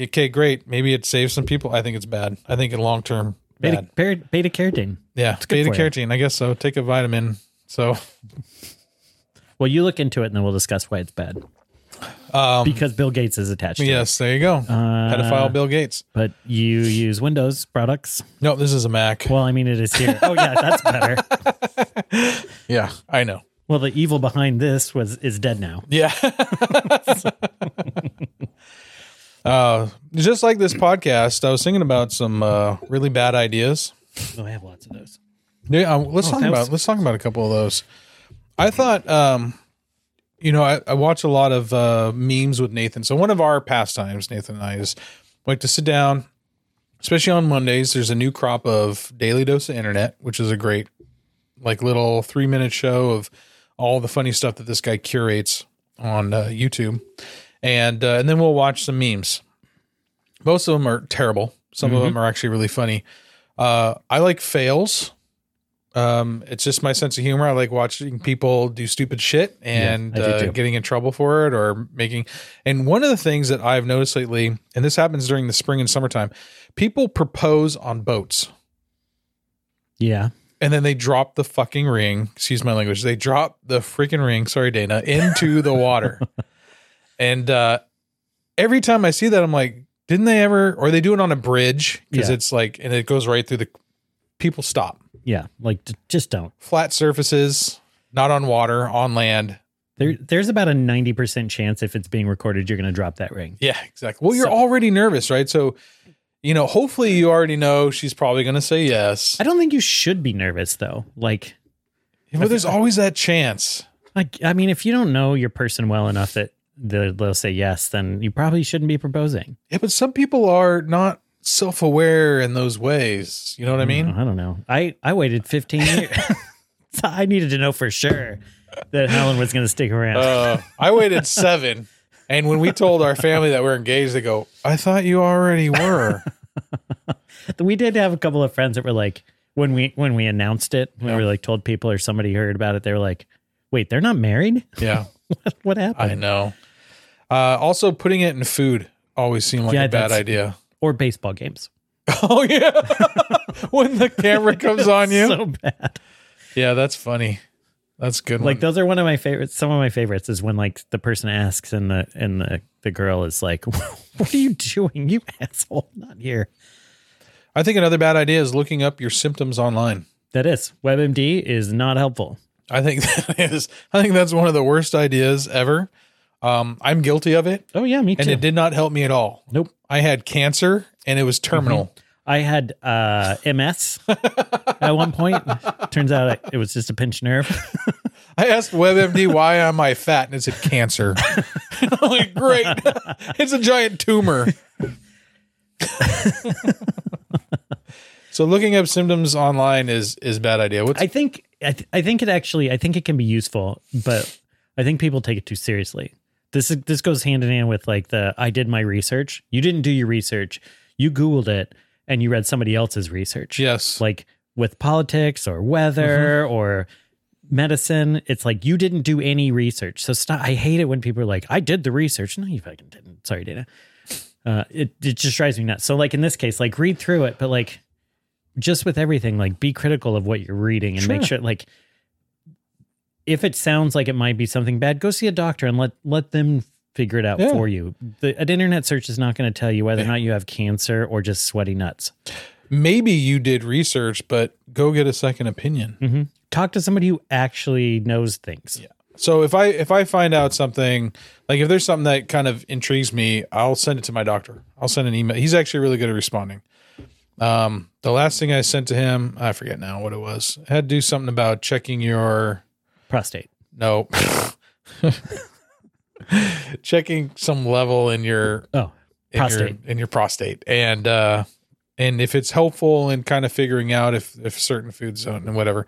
B: okay, great. Maybe it saves some people. I think it's bad. I think in long term
A: Beta,
B: bad.
A: beta, beta carotene.
B: yeah.
A: good
B: Beta
A: for you.
B: carotene, I guess so. Take a vitamin. So [LAUGHS]
A: Well, you look into it, and then we'll discuss why it's bad.
B: um
A: Because Bill Gates is attached. to it.
B: yes, there you go.
A: Uh,
B: Pedophile Bill Gates.
A: But you use Windows products.
B: No, this is a Mac.
A: Well, I mean, it is here. Oh yeah, that's [LAUGHS] better.
B: Yeah, I know.
A: Well, the evil behind this was is dead now.
B: Yeah. [LAUGHS] uh just like this podcast, I was thinking about some uh really bad ideas.
A: Oh, I have lots of those.
B: Yeah, uh, let's talk
A: that
B: about
A: was-
B: let's talk about a couple of those. I thought, um, you know, I, I watch a lot of uh, memes with Nathan. So one of our pastimes, Nathan and I, is like to sit down, especially on Mondays. There's a new crop of Daily Dose of Internet, which is a great, like, little three minute show of all the funny stuff that this guy curates on uh, YouTube, and uh, and then we'll watch some memes. Most of them are terrible. Some
A: Mm-hmm.
B: of them are actually really funny. Uh, I like fails. Um, it's just my sense of humor. I like watching people do stupid shit and
A: I do
B: uh,
A: too.
B: getting in trouble for it or making. And one of the things that I've noticed lately, and this happens during the spring and summertime, people propose on boats
A: Yeah.
B: and then they drop the fucking ring. Excuse my language. They drop the freaking ring. Sorry, Dana, into
A: [LAUGHS]
B: the water. and uh, every time I see that, I'm like, didn't they ever? Or they do it on a bridge because
A: Yeah.
B: it's like, and it goes right through the. People stop.
A: Yeah, like d- just don't.
B: Flat surfaces, not on water, on land.
A: There, there's about a ninety percent chance if it's being recorded, you're going to drop that ring.
B: Yeah, exactly. Well, you're
A: So-
B: already nervous, right? So, you know, hopefully you already know she's probably going to say yes.
A: I don't think you should be nervous though. Like,
B: But there's always that chance.
A: I, I mean, if you don't know your person well enough that they'll they'll say yes, then you probably shouldn't be proposing.
B: Yeah, but some people are not self aware in those ways. You know what I mean?
A: I don't know. I I waited 15 years. [LAUGHS] I needed to know for sure that Helen was going to stick around.
B: Uh, [LAUGHS] I waited seven. And when we told our family that we're engaged, they go, I thought you already were.
A: we did have a couple of friends that were like when we when we announced it when
B: Yeah.
A: we like told people or somebody heard about it they were like wait they're not married
B: [LAUGHS]
A: [LAUGHS]
B: Yeah,
A: what, what
B: I
A: happened
B: know. Uh, also, putting it in food always seemed like
A: Yeah,
B: a bad
A: that's-
B: idea. [LAUGHS]
A: or baseball games
B: Oh, yeah. [LAUGHS] when the camera comes on you.
A: so bad
B: [LAUGHS] yeah, that's funny. That's a good.
A: like
B: Like
A: those are one of my favorites some of my favorites is when like the person asks and the and the the girl is like [LAUGHS] what are you doing you [LAUGHS] asshole not here
B: I think another bad idea is looking up your symptoms online.
A: that is webmd is not helpful
B: I think [LAUGHS] that is. I think that's one of the worst ideas ever. Um, I'm guilty of it,
A: oh yeah me
B: and
A: too
B: it did not help me at all.
A: Nope. Mm-hmm.
B: I had cancer, and it was terminal.
A: i had uh
B: [LAUGHS]
A: ms at one point turns out it- it was just a pinched nerve
B: I asked WebMD why am I fat, and it said
A: [LAUGHS]
B: cancer. [LAUGHS] I'm like, great, [LAUGHS] it's a
A: [LAUGHS]
B: giant tumor. so looking up symptoms online is is a bad idea. What's
A: I think I, th- I think it actually I think it can be useful, but I think people take it too seriously. This is, this goes hand in hand with like the I did my research. You didn't do your research. You googled it and you read somebody else's research.
B: yes, Mm-hmm.
A: Like with politics or weather or medicine, it's like you didn't do any research. So stop. I hate it when people are like, I did the research. No, you fucking didn't. Sorry, Dana. Uh, it it just drives me nuts. So like in this case, like read through it, but like just with everything, like be critical of what you're reading and make sure
B: Sure.
A: like if it sounds like it might be something bad, go see a doctor and let let them figure it out
B: Yeah. Eh.
A: for you. The, an internet search is not going to tell you whether or not you have cancer or just sweaty nuts.
B: maybe you did research, but go get a second opinion.
A: hmm Talk to somebody who actually knows things.
B: So if I if I find out something like if there's something that kind of intrigues me, I'll send it to my doctor. I'll send an email. He's actually really good at responding. Um, the last thing I sent to him, I forget now what it was. It had to do something about checking your
A: Prostate.
B: no, [LAUGHS] checking some level in your
A: Oh,
B: in
A: Prostate.
B: your in your prostate and uh and if it's helpful in kind of figuring out if if certain foods don't and whatever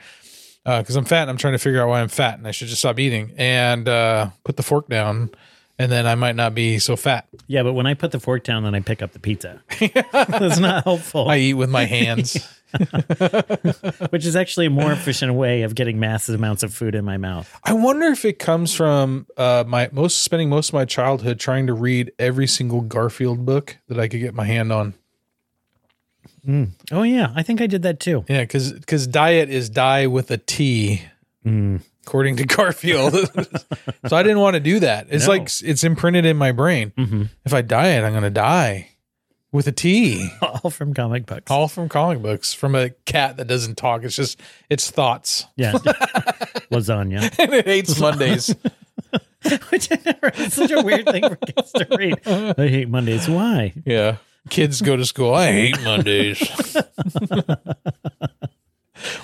B: because i'm fat and i'm trying to figure out why i'm fat and i should just stop eating and uh put the fork down and then i might not be so fat
A: yeah. But when I put the fork down, then I pick up the pizza. [LAUGHS] That's not helpful.
B: i eat with my hands
A: which is actually a more efficient way of getting massive amounts of food in my mouth.
B: i wonder if it comes from uh my most spending most of my childhood trying to read every single garfield book that i could get my hand on
A: Oh yeah, I think I did that too.
B: yeah because because diet is die with a t Mm. according to [LAUGHS] Garfield. so I didn't want to do that. It's
A: No.
B: like it's imprinted in my brain.
A: Mhm.
B: If I diet, I'm going to die with a T.
A: [LAUGHS] All from comic books.
B: All from comic books, from a cat that doesn't talk. It's just its thoughts,
A: [LAUGHS]
B: [LAUGHS]
A: [LAUGHS] Yeah, lasagna, [LAUGHS]
B: and it hates Mondays.
A: which I never. It's such a weird thing for kids to read. I hate Mondays. Why?
B: [LAUGHS] yeah, kids go to school. I hate Mondays. [LAUGHS]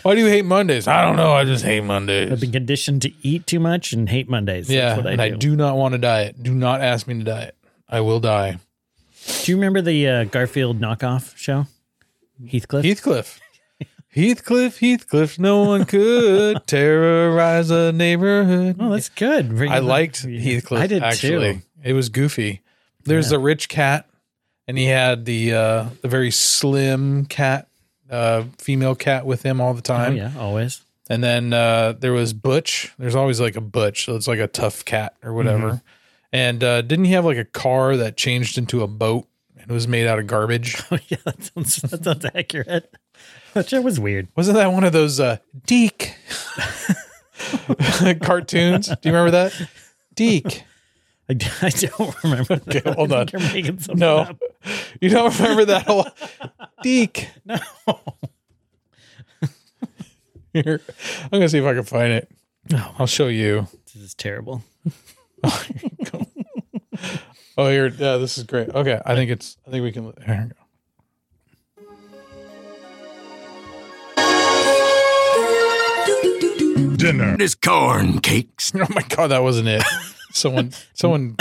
B: Why do you hate Mondays? I don't know. I just hate
A: I've
B: Mondays.
A: been conditioned to eat too much and hate Mondays. That's
B: Yeah,
A: what
B: and I do not want to diet. Do not ask me to diet. I will die.
A: Do you remember the uh, Garfield knockoff show? Heathcliff.
B: Heathcliff. Heathcliff, Heathcliff, no one could terrorize a neighborhood.
A: oh, that's good. Bring
B: I
A: it up.
B: liked
A: Yeah.
B: Heathcliff.
A: I did
B: actually.
A: too.
B: It was goofy. There's the rich cat, and he had the uh, the very slim cat, uh, female cat with him all the
A: Oh
B: time.
A: yeah, always. [LAUGHS]
B: And then uh, there was Butch. There's always like a Butch, so it's like a tough cat or whatever.
A: Mm-hmm.
B: And uh, didn't he have like a car that changed into a boat and was made out of garbage?
A: Oh yeah, that sounds that sounds accurate. [LAUGHS] That show was weird.
B: Wasn't that one of those uh, Deke [LAUGHS] cartoons? Do you remember that? Deke.
A: I, d- I don't
B: [LAUGHS]
A: remember. Okay,
B: hold
A: [LAUGHS]
B: on.
A: You're making something
B: No,
A: up.
B: you don't remember that. Whole... Deke. No. Here, I'm gonna see if I can find it.
A: Oh.
B: I'll show you.
A: This is terrible.
B: Oh, here. Yeah, this is great. Okay, I think it's. I think we can. Here we go.
D: Dinner is corn cakes.
B: [LAUGHS] Oh my god, that wasn't it. Someone, someone,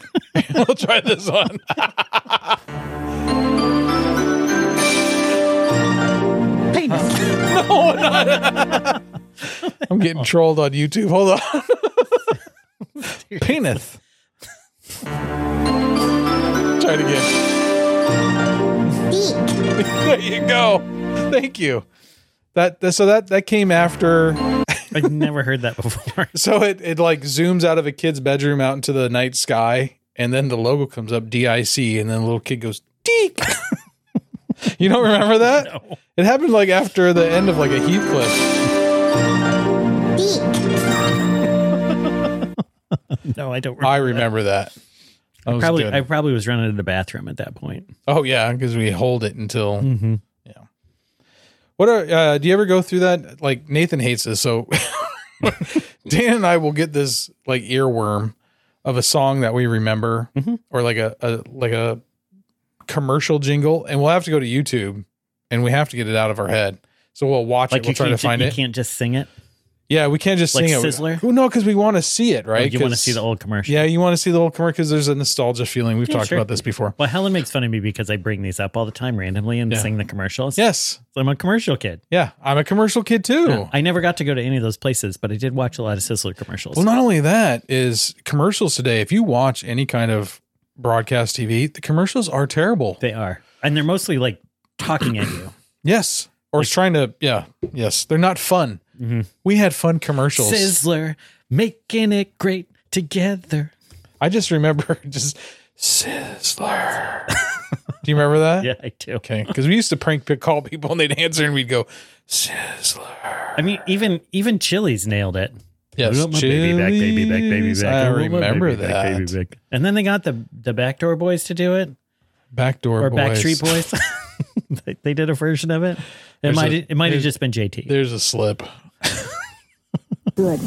B: [LAUGHS] we'll try this on. [LAUGHS]
A: Penis.
B: I'm getting trolled on YouTube. Hold on. Penis. Try it again. [LAUGHS] there you go. Thank you. That, that so that that came after
A: I've never heard that [LAUGHS] before.
B: so it, it like zooms out of a kid's bedroom out into the night sky and then the logo comes up dic and then the little kid goes deek [LAUGHS] you don't remember
A: [LAUGHS]
B: that
A: No.
B: it happened like after the end of like a heathcliff
A: No, I don't.
B: i remember that, That was
A: Probably,
B: good.
A: I probably was running to the bathroom at that point.
B: oh yeah because we hold it until
A: Mm-hmm.
B: What are uh, do you ever go through that? Like Nathan hates this, so [LAUGHS] Dan and I will get this like earworm of a song that we remember,
A: Mhm.
B: or like a, a like a commercial jingle, and we'll have to go to YouTube, and we have to get it out of our head. So we'll watch
A: Like
B: it. We'll
A: you
B: try to
A: can't, ju-
B: find
A: you
B: it.
A: can't just sing it.
B: Yeah, we can't just
A: like
B: sing
A: Sizzler?
B: it. Who no, because we want to see it, right?
A: you want to
B: 'Cause-
A: see the old commercial.
B: Yeah, you want to see the whole commercial because there's a nostalgia feeling. We've
A: Yeah,
B: talked
A: sure.
B: about this before.
A: Well, Helen makes fun of me because I bring these up all the time randomly and
B: Yeah.
A: sing the commercials.
B: Yes.
A: So I'm a commercial kid.
B: Yeah, I'm a commercial kid too.
A: Yeah. I never got to go to any of those places, but I did watch a lot of Sizzler commercials.
B: Well, not only that is commercials today. If you watch any kind of broadcast TV, the commercials are terrible.
A: They are. And they're mostly like talking at you.
B: yes, or it's trying to yeah, yes, they're not fun.
A: Mhm.
B: We had fun commercials.
A: Sizzler, making it great together.
B: I just remember [LAUGHS] just Sizzler. Do you remember that?
A: Yeah, I do.
B: Okay, because we used to prank pick call people and they'd answer and we'd go Sizzler.
A: I mean, even even Chili's nailed it.
B: Yes,
A: I want my baby back, baby back, baby
B: Chili's.
A: back.
B: I
A: want my
B: remember
A: baby back,
B: that.
A: baby back. And then they got the the Backdoor Boys to do it,
B: Backdoor
A: or
B: boys.
A: Backstreet
B: [LAUGHS]
A: Boys. [LAUGHS] they, they did a version of it. It
B: There's
A: might
B: a-
A: it might have
B: there's-
A: just been JT.
B: There's a slip.
D: Good.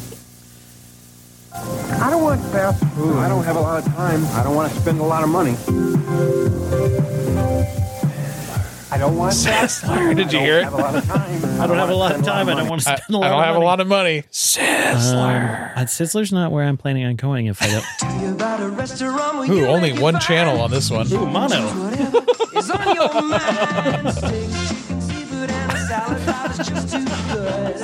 E: I don't want fast food. I don't have a lot of time. I don't want to spend a lot of money. I don't want fast food.
B: [LAUGHS] Did you hear
E: I don't have a lot of time.
A: [LAUGHS] I don't have a lot of time. I don't want to
B: I,
A: spend
B: I
A: a
B: don't
A: lot.
B: have a
A: of money.
B: lot of money. Sizzler.
A: Uh, Sizzler's not where I'm planning on going if I
B: [LAUGHS]
A: don't.
F: about a restaurant where
B: Ooh,
F: you
B: only
F: make it
B: one
F: fine.
B: channel on this one.
A: mono.
F: Whatever is on your mind. Steak, chicken, seafood, and a salad. That was just too good.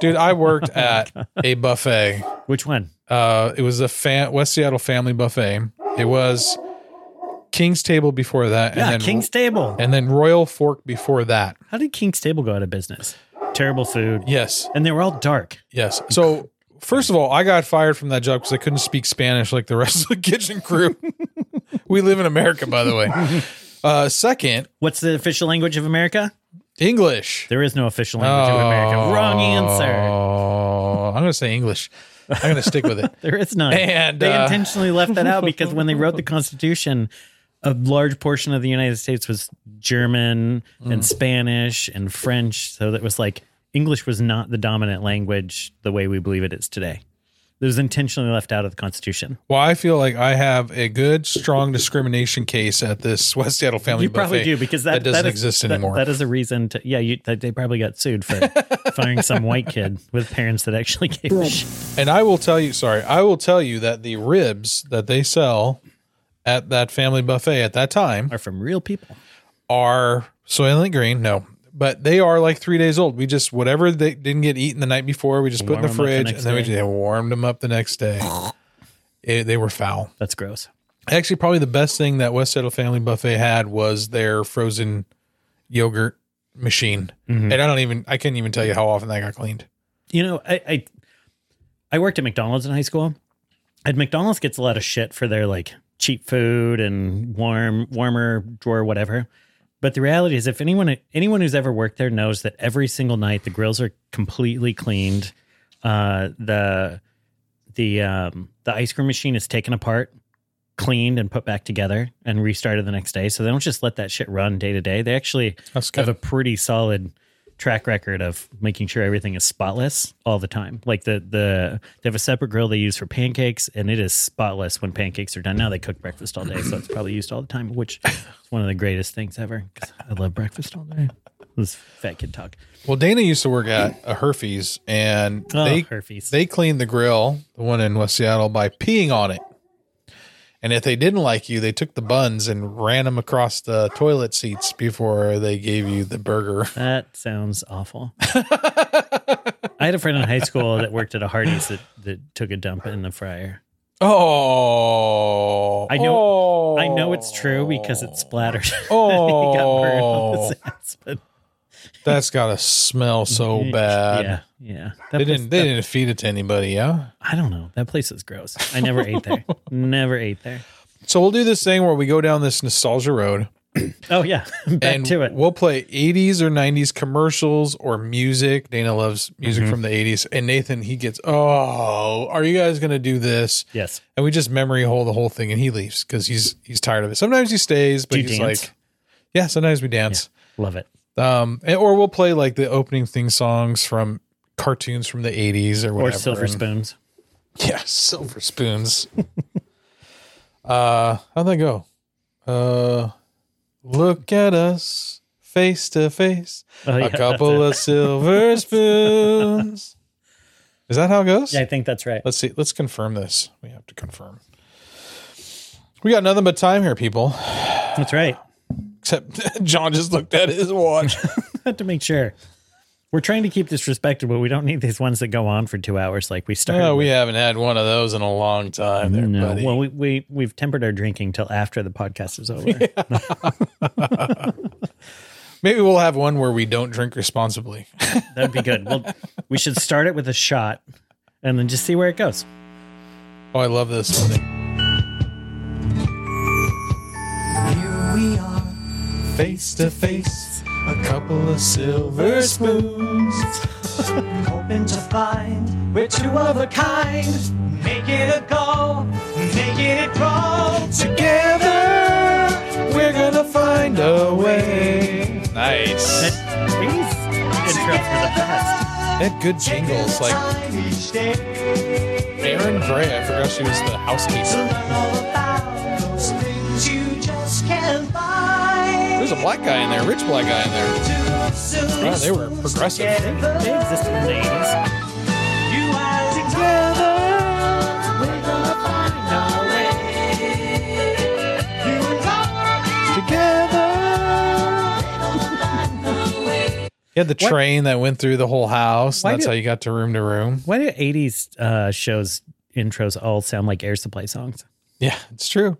B: Dude,
A: [LAUGHS]
B: I worked at a buffet.
A: Which one?
B: Uh, it was a fa- West Seattle family buffet. It was King's Table before that, and
A: Yeah,
B: then
A: King's Table.
B: and then Royal Fork before that.
A: How did King's Table go out of business? Terrible food.
B: Yes,
A: And they were all dark.
B: yes. So first of all, I got fired from that job because I couldn't speak Spanish like the rest of the kitchen crew. [LAUGHS] we live in America, by the
A: [LAUGHS]
B: way. Uh, second,
A: What's the official language of America?
B: English.
A: There is no official language of America. Wrong answer.
B: Oh, I'm gonna say English. I'm gonna stick with it.
A: There is none.
B: And,
A: they
B: uh,
A: intentionally left that out because when they
B: [LAUGHS]
A: wrote the Constitution, a large portion of the United States was German
B: Mm.
A: and Spanish and French. So that was like English was not the dominant language the way we believe it is today. It was intentionally left out of the Constitution.
B: Well, I feel like I have a good, strong discrimination case at this [LAUGHS] West Seattle family
A: You probably
B: buffet
A: do because that,
B: doesn't
A: that is-
B: exist
A: that-
B: anymore.
A: That is a reason to yeah. You, that they probably got sued
B: [LAUGHS]
A: for firing some white kid with parents that actually gave a
D: Good.
A: shit.
B: and I will tell you, sorry, I will tell you that the ribs that they sell at that family buffet at that time
A: are from real people.
B: are Soylent Green. No, but they are like three days old. We just whatever they didn't get eaten the night before, we just put in the
A: Warm 'em up the
B: fridge,
A: next
B: and then we
A: day.
B: just warmed them up the
A: [LAUGHS]
B: next day. It- they were foul.
A: That's gross.
B: Actually, probably the best thing that West Seattle Family Buffet had was their frozen yogurt machine.
A: Mm-hmm.
B: And I don't even, I couldn't even tell you how often that got cleaned.
A: You know, I, I I worked at McDonald's in high school, and McDonald's gets a lot of shit for their like cheap food and warm warmer drawer whatever. But the reality is, if anyone anyone who's ever worked there knows that every single night the grills are completely cleaned, uh, the the um, the ice cream machine is taken apart, cleaned, and put back together and
B: Uh,
A: restarted the next day. So they don't just let that shit run day to day. They actually
B: That's
A: have a pretty solid track record of making sure everything is spotless all the time. Like the the they have a separate grill they use for pancakes, and it is spotless when pancakes are done. Now they cook breakfast all day, so it's probably used all the time, which is one of the greatest things ever. 'cause I love breakfast all day. This fat kid talk.
B: Well, Dana used to work at a Herfies, and
A: Oh,
B: they
A: Herfies.
B: they cleaned the grill, the one in West Seattle, by peeing on it. And if they didn't like you, they took the buns and ran them across the toilet seats before they gave you
A: [LAUGHS]
B: the burger.
A: That sounds awful. I had a friend in high school that worked at a Hardee's that, that took a dump in the fryer.
B: Oh,
A: I know-
B: Oh.
A: I know it's true because it splattered. [LAUGHS]
B: Oh,
A: he got burned on his ass, but
B: that's gotta smell so bad.
A: [LAUGHS] Yeah, yeah. That
B: They
A: place-
B: didn't. They didn't feed it to anybody. Yeah.
A: I don't know. That place is gross. I never ate
B: [LAUGHS]
A: there. Never ate there.
B: So we'll do this thing where we go down this nostalgia road.
A: Oh yeah, [LAUGHS] back
B: and
A: to it.
B: We'll play 80s or 90s commercials or music. Dana loves music
A: Mm-hmm.
B: from the 80s. And Nathan, he gets, oh, are you guys going to do this?
A: yes.
B: And we just memory hole the whole thing and he leaves because he's he's tired of it. Sometimes he stays, but
A: Do you
B: he's
A: dance?
B: like, yeah, sometimes we dance.
A: Love it.
B: Um, and- or we'll play like the opening thing songs from cartoons from the 80s or whatever.
A: Or silver
B: And-
A: spoons.
B: Yeah,
A: [LAUGHS]
B: silver spoons. uh, how'd that go? Uh, look at us face to face.
A: Oh, yeah,
B: a couple of
A: that's [LAUGHS]
B: silver spoons. Is that how it goes?
A: it. Yeah, I think that's right.
B: Let's see. Let's confirm this. We have to confirm. We got nothing but time here, people.
A: That's right. [LAUGHS]
B: Except [LAUGHS] John just looked at his watch.
A: Had to make sure. We're trying to keep this respectable. We don't need these ones that go on for two hours like we started.
B: oh, we
A: with.
B: haven't had one of those in a long time, there,
A: No.
B: buddy.
A: Well, we, we we've tempered our drinking till after the podcast is
B: [LAUGHS]
A: over.
B: Maybe we'll have one where we don't drink responsibly.
A: That'd be good. Well, we should start it with a shot, and then just see where it goes.
B: Oh, I love this one.
F: Here we are.
B: face to face, a couple of silver spoons.
F: [LAUGHS] hoping to find we're two of a kind. Make it a go, make it grow
B: Together, we're gonna find a way. Nice.
A: These intros were the best.
B: That good jingles, like
F: time each day.
B: Aaron Gray. I forgot she was the
F: To
B: housekeeper.
F: learn all about those things you just can't buy.
B: There's a black guy in there, rich black guy in there.
F: Two silver
B: Wow, they were
F: spoons
B: progressive.
F: together.
A: They existed in the 80s.
F: You and together, we're gonna find our way. You and I,
A: [LAUGHS]
B: Together. You had the train that went through the whole house.
A: Why
B: And that's
A: do-
B: how you got to room to room.
A: Why do 80s uh, shows intros all sound like air supply songs?
B: Yeah, it's true.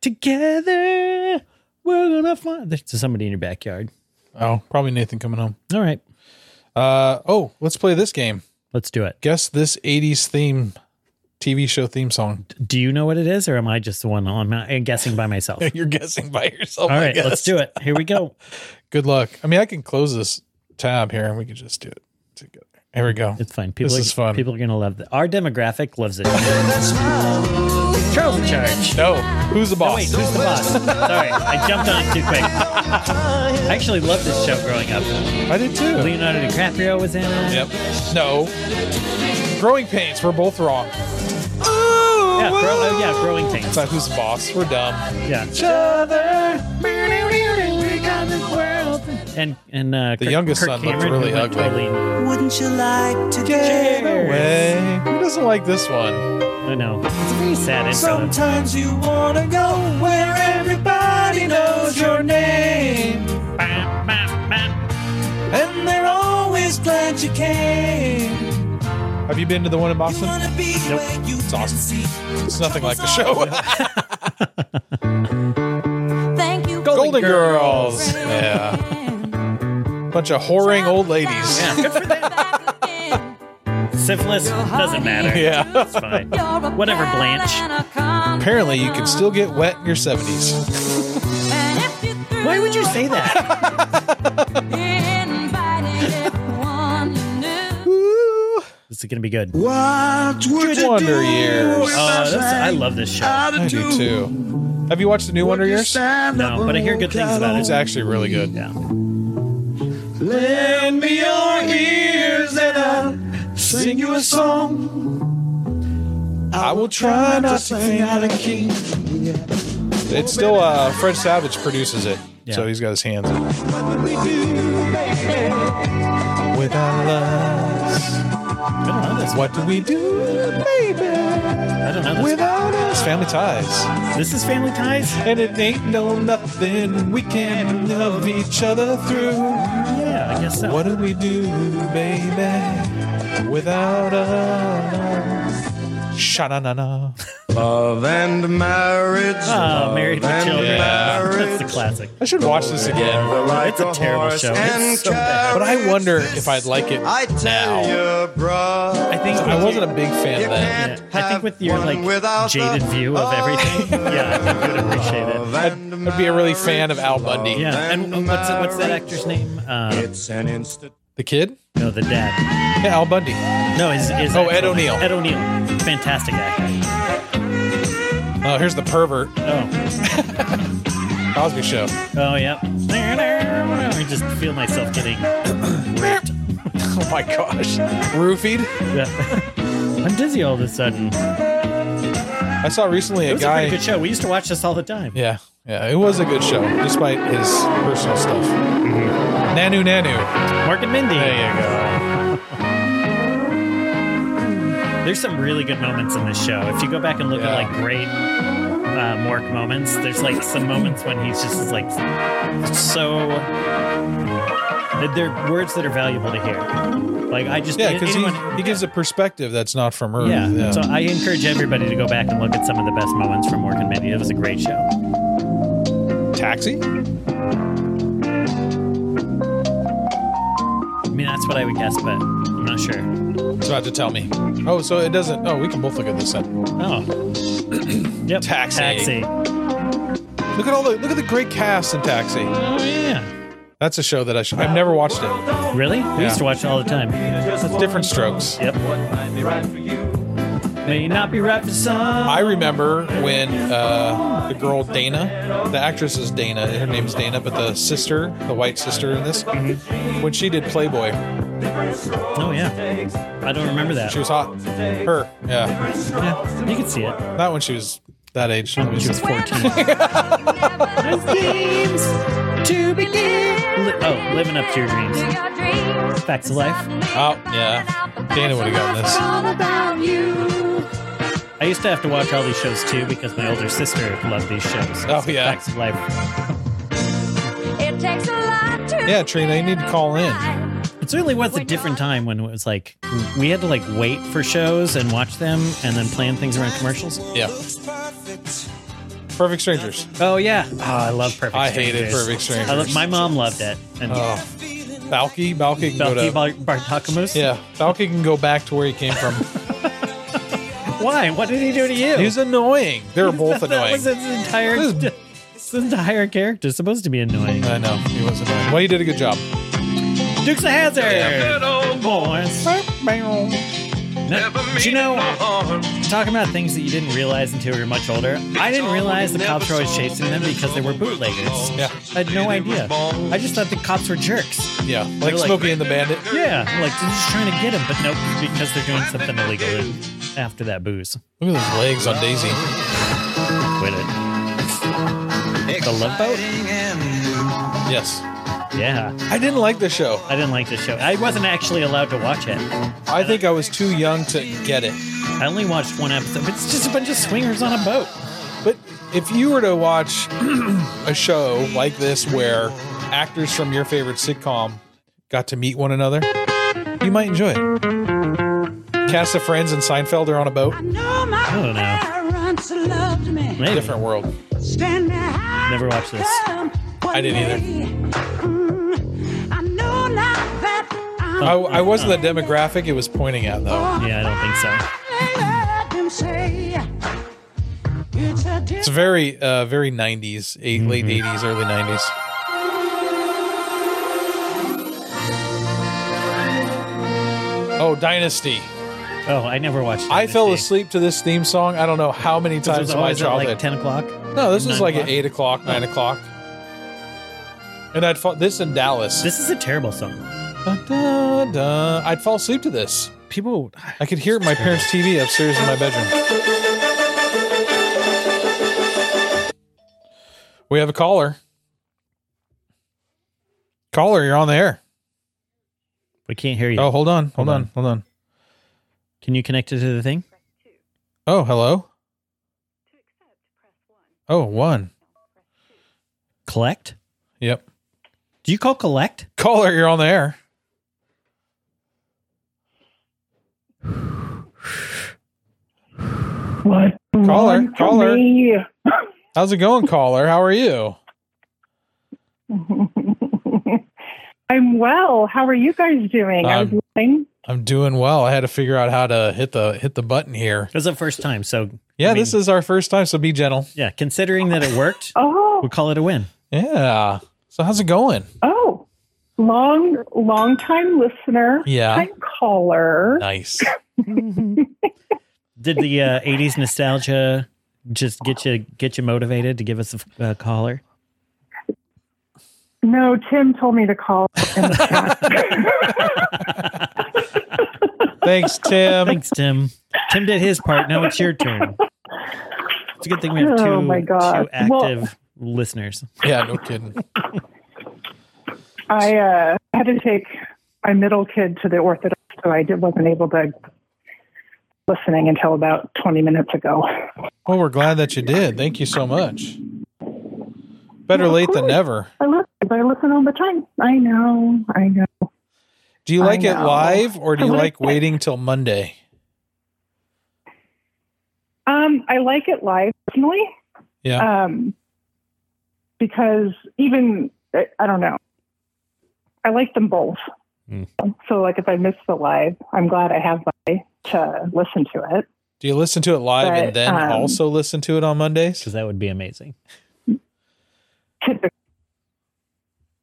A: Together, we're gonna find. There's somebody in your backyard.
B: Oh, probably Nathan coming home.
A: All right,
B: Uh, oh, let's play this game.
A: let's do it.
B: Guess this 80s theme TV show theme song. [LAUGHS]
A: Do you know what it is, or am I just the one on? I'm guessing by
B: [LAUGHS]
A: myself.
B: You're guessing by yourself.
A: All right, let's do it. Here we go.
B: Good luck. I mean, I can close this tab here and we can just do it together. Here we go.
A: It's fine. People
B: This
A: are,
B: is fun.
A: People are gonna love it. Our demographic loves it. Charles in charge.
B: No, who's the
A: Oh, wait,
B: boss?
A: who's the boss? Sorry, I jumped on it too quick. I actually loved this show growing up.
B: I did too.
A: Leonardo DiCaprio was in it.
B: Yep. No. Growing pains. We're both wrong.
A: Yeah, grow, oh, yeah, growing pains.
B: It's not who's the boss. We're dumb.
A: Yeah, and and uh,
B: The
A: Kirk-
B: youngest
A: Kirk
B: son looked
A: Cameron,
B: really
A: who went
B: ugly.
A: totally-
F: Wouldn't you like to
B: Get
F: care?
B: away. Who doesn't like this one?
A: I know. It's a very sad intro. though.
F: Sometimes you wanna go where everybody knows your name,
A: Bam, bam, bam.
F: and they're always glad you came.
B: Have you been to the one in
F: You
B: Boston?
F: wanna be where you can
B: awesome.
F: see.
B: It's nothing like the show.
D: Thank you.
B: Golden Girls. Yeah. [LAUGHS] Bunch of whoring old ladies.
A: Syphilis doesn't matter.
B: [LAUGHS] Yeah.
A: It's fine. [LAUGHS] Whatever, Blanche.
B: Apparently, you can still get wet in your 70s.
A: Why would you say that?
B: Ooh.
A: this is gonna be good.
F: What would you
B: Wonder
F: do
B: Years.
F: if
A: Oh, this, I
F: sang
A: love this show.
F: how to
B: I do too. Have you watched the new Wonder
F: You
B: Years?
F: stand up
A: No, but I hear
F: and
A: good
F: walk
A: things
F: out
A: about
F: on
A: it.
B: It's actually really good.
A: Yeah.
F: Lend me your ears and I'll sing you a song. I will try not to sing out of key.
B: It's still uh, Fred Savage produces it,
A: Yeah.
B: so he's got his hands in. it.
F: What would we do, baby, without us?
A: I don't know this.
B: What do we do, baby,
A: I don't know this.
B: without us? Family ties,
A: This is Family Ties.
B: and it ain't no nothing we can love each other through.
A: Yeah, I guess so.
B: What do we do, baby, without us? Sha na na na.
G: Love and marriage.
A: Oh, Married with
G: and
A: Children.
G: Yeah.
A: That's the classic.
B: I should watch this again,
A: It's a terrible show.
G: And
A: It's so bad.
B: but I wonder if I'd like it.
G: I tell
B: now.
G: you, bruh.
A: I think
B: I wasn't a big fan
G: You
B: of that.
G: can't
A: Yeah, I think with your
G: have one
A: like
G: without
A: jaded
G: the
A: view of everything, [LAUGHS] yeah, I think you would appreciate it.
G: Love and
B: I'd be a really fan of Al
G: marriage,
B: Bundy.
G: love
A: Yeah, and
G: and
A: what's what's that
G: marriage.
A: actor's name? Uh,
G: It's an instant.
B: The kid?
A: no, the dad.
B: Yeah, Al Bundy.
A: No, is is
B: Oh, Ed O'Neill.
A: Ed O'Neill, fantastic actor.
B: Oh, here's the pervert
A: Oh,
B: Cosby Show. [LAUGHS]
A: oh, yep. I just feel myself getting [COUGHS] ripped. [LAUGHS]
B: Oh my gosh, roofied.
A: Yeah. I'm dizzy all of a sudden. It
B: I saw recently a
A: was a
B: guy.
A: pretty good show. We used to watch this all the time.
B: yeah, yeah, it was a good show, despite his personal stuff. Nanu, Nanu.
A: Mark and Mindy.
B: Mm-hmm. There you go.
A: There's some really good moments in this show. If you go back and look
B: Yeah.
A: at like great uh, Mork moments, there's like some moments when he's just like so. They're words that are valuable to hear. Like I just
B: Yeah, because
A: anyone-
B: he, he gives a perspective that's not from Earth.
A: yeah. So I encourage everybody to go back and look at some of the best moments from Mork and Mindy. It was a great show.
B: taxi.
A: I mean, that's what I would guess, but I'm not sure.
B: It's about to tell me. Oh, so it doesn't. Oh, we can both look at this. Then.
A: Oh, [CLEARS THROAT] yep.
B: Taxi.
A: Taxi.
B: Look at all the look at the great cast in Taxi.
A: Oh yeah.
B: That's a show that I should. I've never watched it.
A: Really? We
B: Yeah.
A: used to watch it all the time.
B: Different Strokes.
A: Yep. May not be right for some.
B: I remember when uh, the girl Dana, the actress is Dana, her name's Dana, but the sister, the white sister in this, when she did Playboy,
A: Oh yeah, I don't remember that.
B: she was hot. Her, yeah,
A: Yeah, you can see it.
B: not when she was that age. She was just [LAUGHS]
A: 14. games to begin. Li- oh, living up to your dreams. Facts of life.
B: Oh, yeah. Dana would have gotten this.
A: I used to have to watch all these shows too because my older sister loved these shows.
B: Oh, yeah.
A: Facts of life.
H: It takes a lot to
B: Yeah, Trina, you need to call in.
A: It certainly was a different time when it was like we had to like wait for shows and watch them and then plan things around commercials.
B: Yeah. Perfect Strangers.
A: Oh yeah, oh, I love Perfect.
B: I hated
A: Strangers.
B: Perfect
A: I love,
B: Strangers.
A: my mom loved it, and
B: Oh, Balky, Balky can go
A: Belky
B: to.
A: Bar- Bartakamus.
B: Yeah, Balky can go back to where he came [LAUGHS] from.
A: Why? What did he do to you?
B: He's annoying. They're [LAUGHS] both
A: That was
B: annoying.
A: his entire [LAUGHS] his entire character supposed to be annoying.
B: I know he was annoying. Well, he did a good job.
A: Dukes of Hazard. boys. do you know? Talking about things that you didn't realize until you were much older. I didn't realize the cops were always chasing them because they were bootleggers.
B: Yeah.
A: I had no idea. I just thought the cops were jerks.
B: Yeah,
A: They're
B: like
A: like-
B: Smokey and the Bandit.
A: Yeah, like they're just trying to get him, but nope, because they're doing something illegal after that booze.
B: Look at those legs on Daisy.
A: Quit it. The Love Boat.
B: Yes.
A: Yeah,
B: I didn't like the show.
A: I didn't like the show. I wasn't actually allowed to watch it.
B: I think I was too young to get it.
A: I only watched one episode, but it's just a bunch of swingers on a boat.
B: But if you were to watch [CLEARS THROAT] a show like this where actors from your favorite sitcom got to meet one another, you might enjoy it. Cast of Friends and Seinfeld are on a boat.
A: I don't know. Maybe.
B: Different world.
A: Never watched this.
B: I didn't either.
F: Mm,
A: Oh,
B: I, I wasn't the demographic it was pointing at, though.
A: Yeah, I don't think so.
B: It's very, uh, very 90s, 8
A: Mm-hmm.
B: late 80s, early 90s. Oh, Dynasty.
A: Oh, I never watched.
B: I
A: Dynasty.
B: fell asleep to this theme song. I don't know how many
A: This
B: times
A: was
B: in my
A: always at like
B: childhood.
A: ten o'clock. Oh.
B: no, this
A: 9
B: was like at
A: o'clock?
B: eight o'clock, nine o'clock. And I'd fall this in Dallas.
A: This is a terrible song.
B: Da, da, da. I'd fall asleep to this.
A: People,
B: I could hear my parents' TV upstairs in my bedroom. We have a caller. Caller, you're on the air.
A: we can't hear you.
B: Oh, hold on, hold,
A: Hold
B: on.
A: on.
B: hold on.
A: Can you connect it to the thing?
B: Oh, hello. Oh, one.
A: Collect?
B: Yep.
A: Do you call collect?
B: Caller, you're on the air.
C: What?
B: Caller,
C: want from
B: caller.
C: me?
B: How's it going, caller? How are you?
I: [LAUGHS] I'm well. How are you guys doing? I
B: Um,
I: was listening.
B: I'm doing well. I had to figure out how to hit the hit the button here.
A: It was the first time. So,
B: Yeah,
A: I mean-
B: this is our first time, so be gentle.
A: yeah, considering that it worked,
I: Oh,
A: we'll call it a win.
B: Yeah. So how's it going?
I: oh, long, long time listener,
B: Yeah. Uh,
I: time caller.
B: Nice.
A: Did the uh, 80s nostalgia just get you get you motivated to give us a f- a caller?
I: No, Tim told me to call. in the chat.
B: [LAUGHS] Thanks, Tim.
A: Thanks, Tim. Tim did his part. Now it's your turn. It's a good thing we have two,
I: Oh my
A: two
I: God. Well-
A: active listeners.
B: Yeah, no kidding.
I: I uh, had to take my middle kid to the orthodox, so I did, wasn't able to listening until about 20 minutes ago.
B: Well, we're glad that you did. Thank you so much. Better
I: Of
B: late than
I: course.
B: never.
I: I listen, but I listen all the time. I know, I know.
B: Do you
I: I
B: like it
I: know.
B: live or do
I: I
B: you
I: like
B: like
I: it.
B: waiting till Monday?
I: Um, I like it live personally.
B: Yeah.
I: Um, because even I I don't know, I like them both.
A: Mm.
I: So like, if I miss the live, I'm glad I have Monday to listen to it.
B: Do you listen to it live
I: but,
B: and then
I: um,
B: also listen to it on Mondays?
A: Because that would be
B: Oh,
A: amazing.
I: Typically,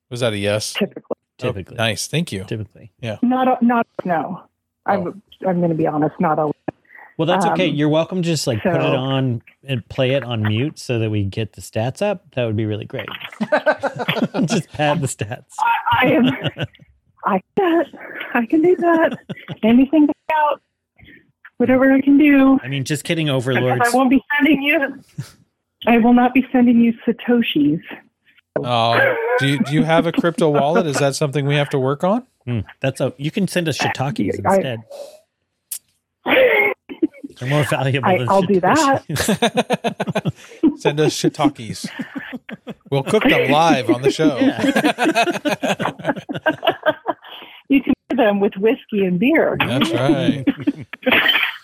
B: Was that a yes?
I: typically.
B: Oh,
A: Typically.
B: nice. Thank you.
A: Typically.
I: not al- not no. I'm I'm going to be honest, not always.
A: Well, that's okay.
I: Um,
A: You're welcome. to Just like put it
I: so-
A: on and play it on mute so that we get the stats up. That would be really
I: [LAUGHS]
A: great. [LAUGHS] just pad the stats.
I: I am. I can do that. I can do that. Anything to help out, whatever I can do.
A: I mean, just kidding,
I: Because I
A: overlords.
I: won't be sending you. I will not be sending you satoshis.
B: Um, do you do you have a crypto wallet? Is that something we have to work on?
A: Hmm, that's a. You can send us shiitakes
I: I-
A: instead. They're more valuable.
I: I-
A: than
I: I'll
A: [LAUGHS]
I: do that.
B: [LAUGHS]
A: shiitakes.
B: Send us shiitakes. We'll cook them live on the
I: [LAUGHS]
B: show.
I: You can do them with whiskey and beer.
B: That's right.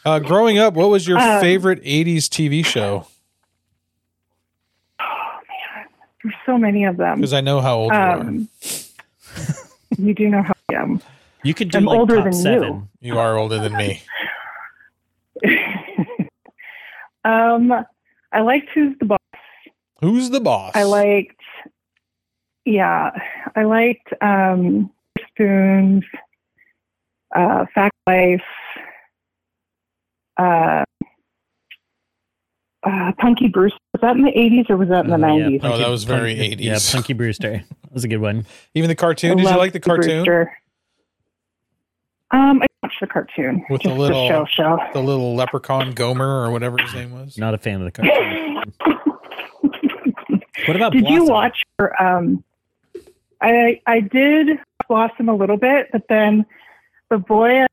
B: Uh, growing up, what was your
I: Um,
B: favorite '80s TV show?
I: There's so many of them.
B: Because I know how
A: [LAUGHS]
B: old
I: Um, you do know how I am. [LAUGHS]
A: You could do
I: I'm
A: like
I: older
A: top
I: than you.
A: seven.
B: you are. You are older than me.
I: Um, I liked Who's the Boss.
B: Who's the boss?
I: I liked, yeah, I liked um, Spoons, uh, Fact Life, uh, uh, Punky Bruce. Was that in the 80s or was that in the
A: Uh, yeah,
I: 90s?
B: Oh, that was very
A: Punky-
B: 80s.
A: Yeah, Punky Brewster. That was a good one.
B: even the cartoon.
I: I
B: Did you
I: loved
B: like the
I: Punky
B: cartoon?
I: Brewster. Um, I watched the cartoon.
B: With the
I: just
B: little-
I: show
B: [LAUGHS]
I: show.
B: The little leprechaun Gomer or whatever his name was.
A: Not a fan
I: [LAUGHS]
A: of the cartoon. What about
I: did you
A: Blossom?
I: watch her um i i did blossom a little bit but then the boy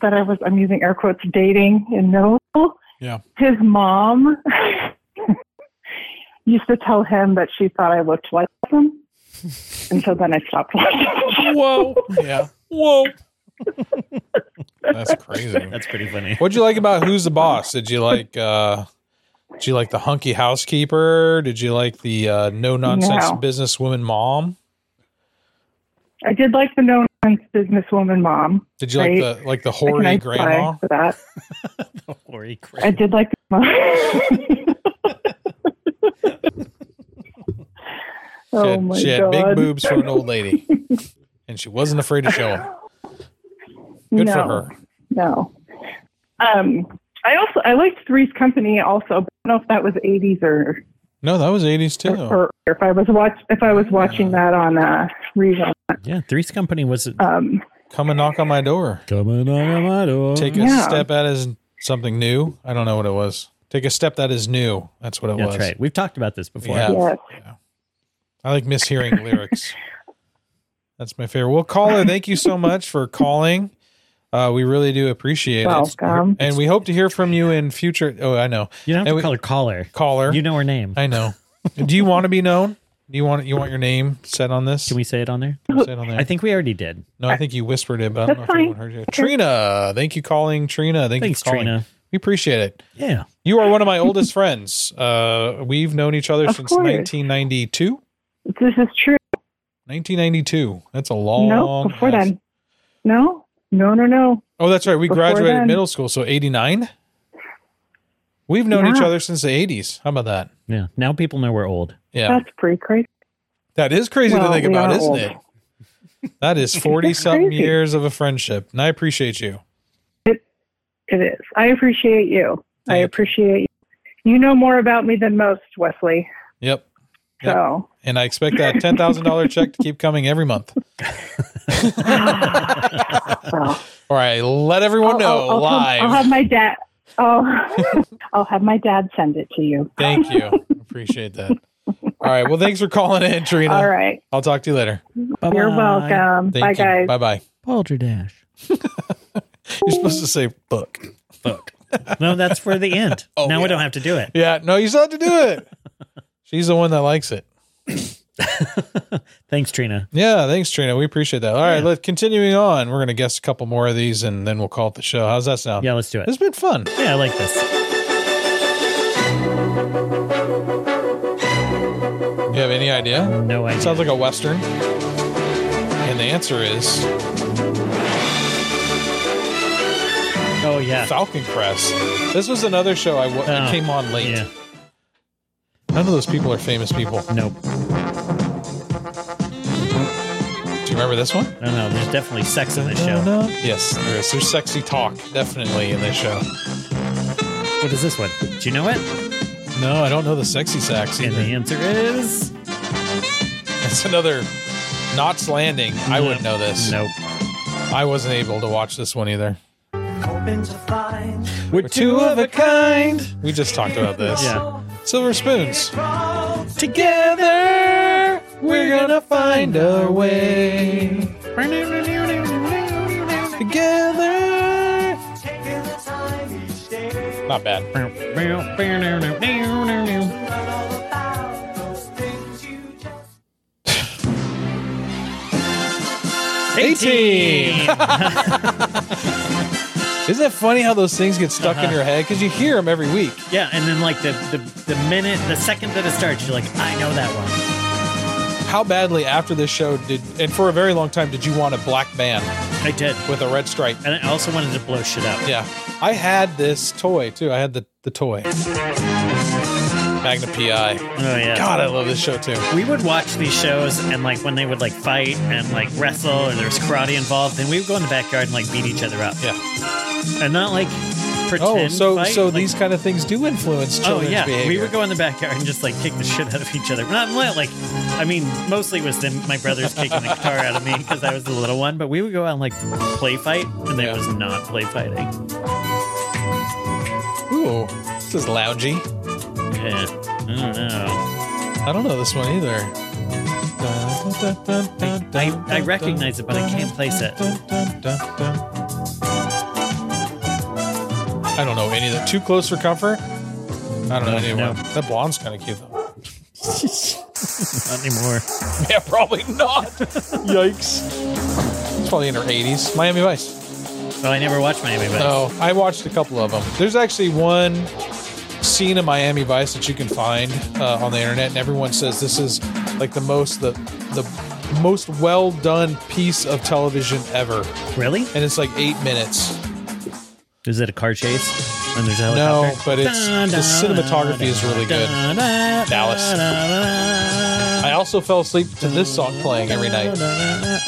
I: that i was i'm using air quotes dating in middle school
B: Yeah.
I: his mom [LAUGHS] used to tell him that she thought i looked like him and so then i stopped watching [LAUGHS]
B: Whoa. Yeah. Whoa. That's crazy.
A: That's pretty funny. [LAUGHS]
B: What'd you like about Who's the Boss? Did you like uh did you like the hunky housekeeper? Did you like the uh, no nonsense
I: No.
B: businesswoman mom?
I: i did like the known businesswoman mom
B: Did you like
I: Right.
B: the like the
I: I can
B: hoary
I: identify
B: grandma?
I: for that
A: Holy crap.
I: I did like [LAUGHS] the mom.
B: She
I: oh
B: had,
I: my
B: she had
I: god!
B: big boobs for an old
I: [LAUGHS]
B: lady, and she wasn't afraid to show them. Good
I: no,
B: for her.
I: No. Um, I also I liked Three's Company also. But I don't know if that was eighties or
B: No, that was eighties too.
I: Or, or if I was watch if I was watching that on uh, rerun.
A: Yeah, Three's Company
B: Uh,
A: was
I: Um,
B: Come and knock on my door.
A: Come and knock on my door.
B: Take a
I: Yeah.
B: step that is something new. I don't know what it was. Take a step that is new. That's what it
A: That's
B: was.
A: right. We've talked about this before.
B: Yeah.
I: yes.
B: I like mishearing lyrics. That's my favorite. Well, caller, thank you so much for calling. Uh, we really do appreciate
I: Welcome.
B: it. And we hope to hear from you in future. Oh, I know.
A: You don't have to
B: And we-
A: call her caller.
B: Caller.
A: You know her name.
B: I know. do you want to be known? Do you want you want your name said on this?
A: Can we say it on there?
B: Say it on there?
A: I think we already did.
B: no, I think you whispered it, but I don't know if
I: That's
B: anyone
I: fine.
B: heard you. Trina, thank you calling Trina. Thank
A: Thanks,
B: you for calling.
A: Trina.
B: We appreciate it.
A: Yeah.
B: You are one of my oldest friends. Uh, we've known each other
I: Of
B: since
I: course.
B: 1992.
I: This is true.
B: 1992. That's a long.
I: no, before
B: ass-
I: then. No, no, no, no.
B: Oh, that's right. We
I: Before
B: graduated
I: then.
B: middle school, so 89. We've known each
I: Yeah.
B: other since the 80s. How about that?
A: Yeah. Now people know we're old.
B: Yeah.
I: That's pretty crazy.
B: that is crazy
I: Well,
B: to think
I: we
B: about,
I: are
B: isn't
I: old.
B: it? That
I: [LAUGHS]
B: is 40 something
I: crazy.
B: years of a friendship. And I appreciate you.
I: It is. I appreciate you. I
B: Thank you.
I: appreciate you. You know more about me than most, Wesley.
B: Yep. Yep.
I: So
B: And I expect
I: [LAUGHS]
B: that $10,000 check to keep coming every month. [LAUGHS]
I: well,
B: All right. Let everyone
I: I'll,
B: know
I: I'll, I'll,
B: live.
I: I'll have my dad.
B: [LAUGHS]
I: Oh, I'll have my dad send it to you.
B: Thank you. Appreciate that. All right. Well, thanks for calling in, Trina.
I: All right.
B: I'll talk to you later.
A: Bye-bye.
I: You're welcome.
B: Thank
I: Bye,
B: you.
I: guys.
B: Bye bye.
A: Balderdash.
B: You're supposed to say book.
A: Fuck. [LAUGHS] no, that's for the end.
B: Oh,
A: now we
B: yeah.
A: don't have to do it.
B: Yeah, no, you still have to do
I: [LAUGHS]
B: it. She's the one that likes it.
A: Thanks, Trina.
B: Yeah, thanks, Trina. We appreciate that. All right, let's continuing on. We're gonna guess a couple more of these, and then we'll call it the show. How's that sound?
A: Yeah, let's do
B: it's
A: it.
B: been fun.
A: Yeah, I like this.
B: You have any idea?
A: No idea.
B: sounds like a western. And the answer is
A: oh yeah.
B: Falcon Crest. This was another show I wa- it
A: Oh,
B: came on late.
A: Yeah.
B: None of those people are famous people.
A: Nope.
B: Do you remember this one?
A: No, no. There's definitely sex in this show.
B: Da-da. Yes, there is. There's sexy talk definitely in this show.
A: What is this one? Do you know it?
B: No, I don't know the sexy sax
A: And
B: either.
A: the answer is
B: That's another Knots Landing. I wouldn't know this.
A: Nope.
B: I wasn't able to watch this one either.
A: We're
B: two of a kind. We just talked about this.
A: Yeah.
B: Silver spoons. Together, we're gonna find a way. Together. Not bad.
A: Eighteen.
B: Isn't it funny how those things get stuck in
A: Uh-huh.
B: your head? Because you hear them every week.
A: [LAUGHS] yeah, and then like the, the the minute, the second that it starts, you're like, I know that one.
B: How badly after this show did, and for a very long time, did you want a black band
A: I did,
B: with a red stripe?
A: and I also wanted to blow shit up.
B: Yeah. I had this toy too. I had the, the toy. Magna PI.
A: Oh yeah.
B: God, I love this show too.
A: We would watch these shows and like when they would like fight and like wrestle or there was karate involved, then we would go in the backyard and like beat each other up.
B: Yeah.
A: And not like pretend.
B: Oh, so
A: fight,
B: so
A: like-
B: these kind of things do influence
A: Oh
B: children's
A: yeah,
B: behavior.
A: we would go in the backyard and just like kick the shit out of each other. Not, not like, I mean, mostly it was them, my brothers kicking the guitar out of me because I was the little one. But we would go out and like play fight, and
B: Yeah.
A: it was not play fighting.
B: Ooh, this is loungy.
A: Yeah, I don't know.
B: I don't know this one either.
A: I- I recognize it, but I can't place it.
B: I don't know any of that. Too close for comfort? I don't know
A: No,
B: any of
A: no.
B: them. That blonde's kind of cute though.
A: Not anymore.
B: [LAUGHS] Yeah, probably not. Yikes. It's probably in her 80s. Miami Vice.
A: Oh, I never watched Miami Vice.
B: No, I watched a couple of them. There's actually one scene of Miami Vice that you can find uh, on the internet, and everyone says this is like the most the the most well done piece of television ever,
A: Really?
B: and it's like eight minutes.
A: Is it a car chase? And there's a
B: No,
A: helicopter?
B: but it's- the cinematography is really good. Dallas. I also fell asleep to this song playing every night.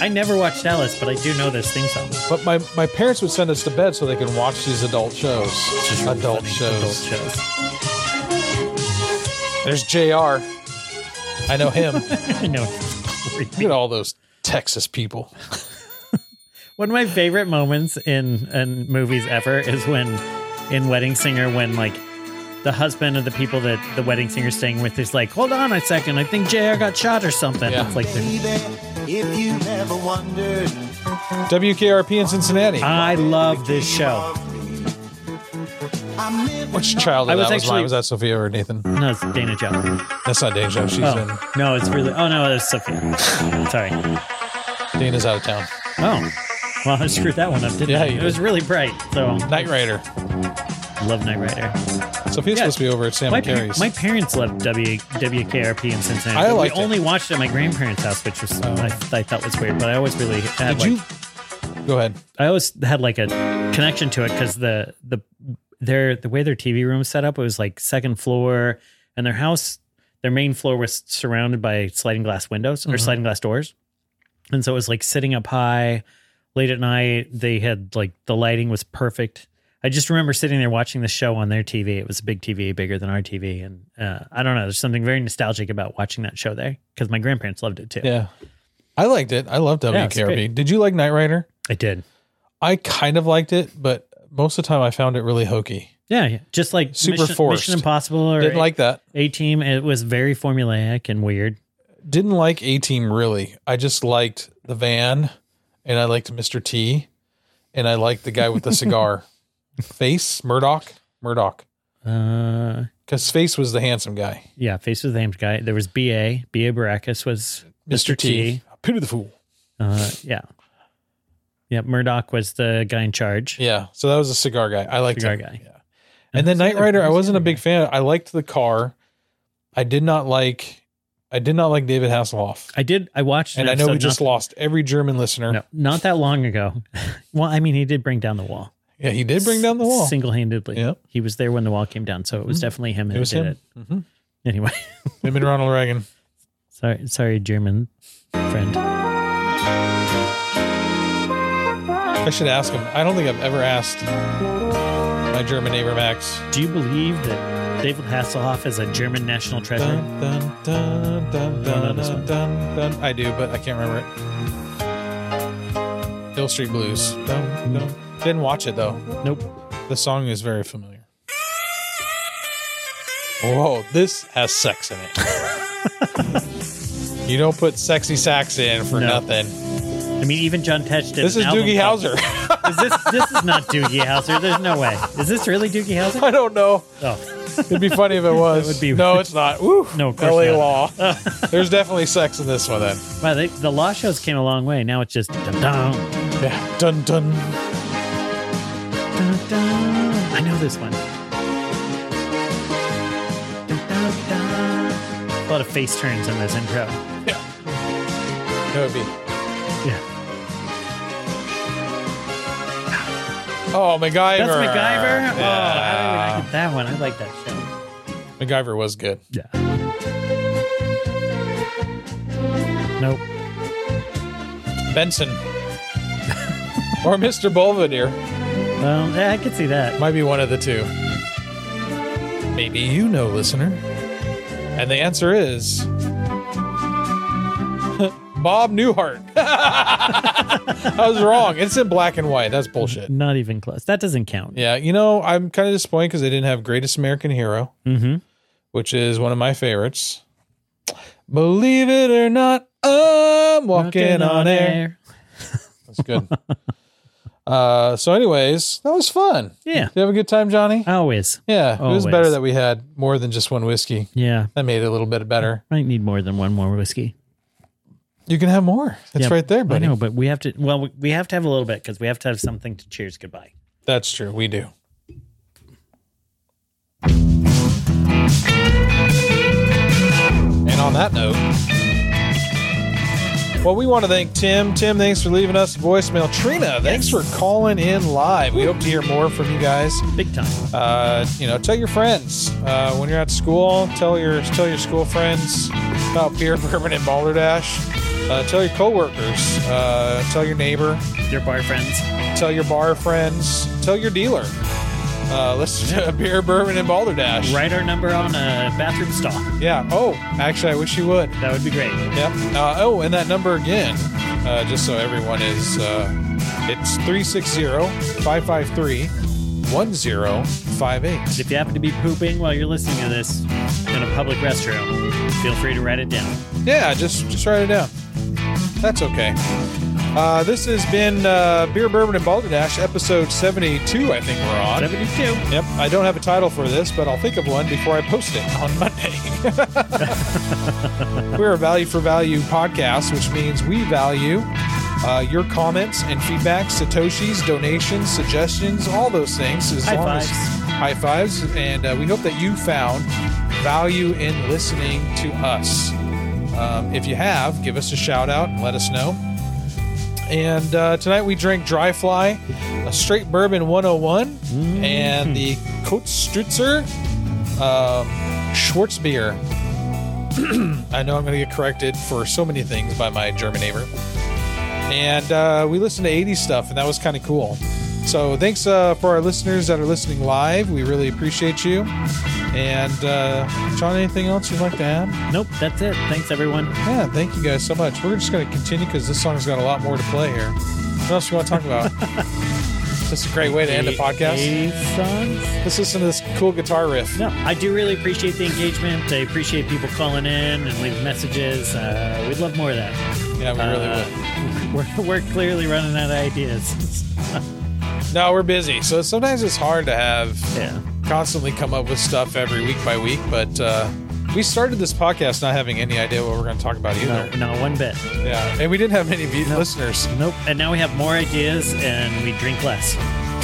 A: I never watched Dallas, but I do know this theme song.
B: But my, my parents would send us to bed so they can watch these adult shows.
A: It's just really
B: Adult
A: funny.
B: shows.
A: Adult shows.
B: There's JR. I know
A: [LAUGHS]
B: him.
A: I know.
B: Look at all those Texas people.
A: One of my favorite moments in, in movies ever is when in Wedding Singer, when like the husband of the people that the wedding singer's staying with is like, hold on a second, I think JR got shot or something.
B: Yeah.
A: It's like, they're-
F: If you ever wondered,
B: WKRP in Cincinnati.
A: I love this show.
F: I live
B: Which child
A: I
B: of
A: was
B: that was
A: actually-
B: mine? Was that Sophia or Nathan?
A: No, it's Dana Joe.
B: That's not Deja. She's
A: Oh, no, it's really. Oh, no, it's Sophia. Sorry.
B: in. Dana's out of town.
A: Oh. Well, I screwed that one up, didn't
B: Yeah,
A: I?
B: you
A: It was
B: did.
A: really bright, so
B: Night Rider.
A: love Knight Rider.
B: Sophia's
A: Yeah.
B: supposed to be over at Sam
A: My,
B: and
A: par-
B: Carrie's.
A: my parents loved w- WKRP in Cincinnati.
B: I
A: but
B: liked
A: we
B: it.
A: only watched it at my grandparents' house, which was
B: Oh.
A: I, I thought was weird, but I always really had
B: Did
A: like,
B: you? Go ahead.
A: I always had like a connection to it because the the their the way their TV room was set up it was like second floor, and their house their main floor was surrounded by sliding glass windows or
B: Mhm.
A: sliding glass doors, and so it was like sitting up high late at night. They had like the lighting was perfect. I just remember sitting there watching the show on their TV. It was a big TV, bigger than our TV, and uh, I don't know. There's something very nostalgic about watching that show there because my grandparents loved it too.
B: Yeah. I liked it. I loved
A: Yeah, it's
B: WKRP.
A: great.
B: Did you like Night Rider?
A: I did.
B: I kind of liked it, but most of the time I found it really hokey.
A: Yeah, yeah. just like
B: Super
A: Mission,
B: forced.
A: Mission Impossible or
B: Didn't like that.
A: A team. It was very formulaic and weird.
B: Didn't like A Team really. I just liked the van and I liked Mr. T and I liked the guy with
A: [LAUGHS]
B: the cigar face, Murdoch. Murdoch.
A: Uh,
B: Because face was the handsome guy.
A: yeah, Face was the named guy. There was B A. B A Baracus was
B: Mr. T. Pity the fool.
A: Uh, yeah, yeah. Murdoch was the guy in charge.
B: Yeah. So that was a cigar guy. I liked
A: Cigar
B: him.
A: guy.
B: Yeah.
A: Who's
B: And then
A: the
B: Knight
A: other-
B: Rider, I
A: who's the
B: wasn't a
A: other
B: big
A: guy?
B: fan. I liked the car. I did not like I did not like David Hasselhoff.
A: I did. I watched,
B: and
A: an
B: I know
A: episode
B: we just
A: not,
B: lost every German listener.
A: no, not that long ago. [LAUGHS] well, I mean, he did bring down the wall.
B: Yeah, he did bring down the wall.
A: single handedly.
B: Yep.
A: he was there when the wall came down, so it was
B: Mhm.
A: definitely him
B: It
A: who
B: was
A: did
B: him.
A: it.
B: Mhm.
A: Anyway, [LAUGHS]
B: Him and Ronald Reagan.
A: sorry, sorry, German friend.
B: I should ask him. I don't think I've ever asked my German neighbor Max.
A: Do you believe that David Hasselhoff is a German national treasure?
B: Dun, dun, dun,
A: I
B: dun,
A: don't know
B: dun,
A: this one.
B: dun, dun, dun. I do, but I can't remember it. Hill Street Blues. Dun, dun. Didn't watch it though.
A: Nope.
B: The song is very familiar. Whoa, this has sex in it. [LAUGHS] you don't put sexy sax in for
A: No.
B: nothing.
A: I mean, even John Tesh did.
B: This
A: an
B: is
A: album
B: Doogie
A: called-
B: Howser. [LAUGHS]
A: Is this this is not Doogie Howser? There's no way. Is this really Doogie
B: [LAUGHS]
A: Howser?
B: I don't know.
A: Oh,
B: It'd be funny
A: [LAUGHS]
B: if it was.
A: would be-
B: no, it's not. Woo.
A: [LAUGHS] No, of course
B: LA
A: not. [LAUGHS]
B: Law. There's definitely sex in this one then.
A: wow. They, the law shows came a long way. Now it's just dun dun.
B: Yeah. Dun dun.
A: dun, dun. I know this one. Dun, dun, dun. A lot of face turns in this intro.
B: That would be.
A: Yeah,
B: Oh, MacGyver.
A: that's MacGyver. Oh, I,
B: Yeah.
A: I get that one. I like that show.
B: MacGyver was good.
A: Yeah. Nope.
B: Benson. [LAUGHS] or Mr. Belvedere.
A: Um, yeah, I could see that.
B: Might be one of the two. Maybe you know, listener. And the answer is [LAUGHS] Bob Newhart. [LAUGHS] I was wrong. It's in black and white. That's bullshit.
A: Not even close. That doesn't count.
B: Yeah, you know, I'm kind of disappointed because they didn't have Greatest American Hero,
A: Mm-hmm.
B: which is one of my favorites. Believe it or not, I'm walking on air. That's good. [LAUGHS] uh, so, anyways, that was fun.
A: Yeah.
B: Did you have a good time, Johnny?
A: Always.
B: Yeah, it was
A: Always.
B: better that we had more than just one whiskey.
A: Yeah.
B: That made it a little bit better.
A: Might need more than one more whiskey.
B: You can have more. It's
A: Yeah,
B: right there, buddy.
A: I know, but we have to. Well, we- we have to have a little bit because we have to have something to cheers goodbye.
B: That's true. We do. And on that note, well, we want to thank Tim. Tim, thanks for leaving us a voicemail. Trina, thanks for calling in live. We hope to hear more from you guys.
A: Big time.
B: Uh, you know, tell your friends uh, when you're at school. Tell your tell your school friends about beer, [LAUGHS] bourbon, and balderdash. Uh, tell your coworkers. Uh, tell your neighbor
A: Your bar friends.
B: tell your bar friends, tell your dealer. Uh, let's [LAUGHS] do beer, bourbon, and balderdash.
A: Write our number on a bathroom stall.
B: Yeah. Oh, actually, I wish you would.
A: That would be great.
B: Yep. Uh, oh, and that number again, uh, just so everyone is, uh, it's 360 553 1058.
A: If you happen to be pooping while you're listening to this in a public restroom, feel free to write it down.
B: Yeah, just, just write it down. That's okay. Uh, this has been uh, Beer, Bourbon, and Balderdash, episode 72, I think we're on.
A: 72.
B: Yep, I don't have a title for this, but I'll think of one before I post it on
A: [LAUGHS]
B: Monday. we're a value for value podcast, which means we value uh, your comments and feedback, satoshis, donations, suggestions, all those things. As
A: High
B: long
A: fives.
B: As high fives, and uh, we hope that you found value in listening to us. Um, if you have, give us a shout out and let us know. And uh, tonight we drank Dry Fly, a straight bourbon 101, and the Kotzstutzer um, Schwarzbier. [CLEARS THROAT] I know I'm going to get corrected for so many things by my German neighbor. And uh, we listened to 80s stuff, and that was kind of cool. So thanks uh, for our listeners that are listening live. We really appreciate you. And uh, John, anything else you'd like to add?
A: Nope, that's it. Thanks, everyone.
B: Yeah, thank you guys so much. We're just going to continue because this song's got a lot more to play here. What else you want to
A: [LAUGHS]
B: talk about? this is a great way to end a podcast.
A: Eight songs?
B: Let's listen to this cool guitar riff.
A: No, I do really appreciate the engagement. I appreciate people calling in and leaving messages. Uh, we'd love more of that.
B: Yeah, we really
A: Uh,
B: will.
A: [LAUGHS] We're, we're clearly running out of ideas.
B: No, we're busy, so sometimes it's hard to have
A: yeah.
B: constantly come up with stuff every week by week. But uh, we started this podcast not having any idea what we're going to talk about
A: No,
B: either.
A: not one bit.
B: Yeah, and we didn't have many be- listeners.
A: Nope. And now we have more ideas and we drink less.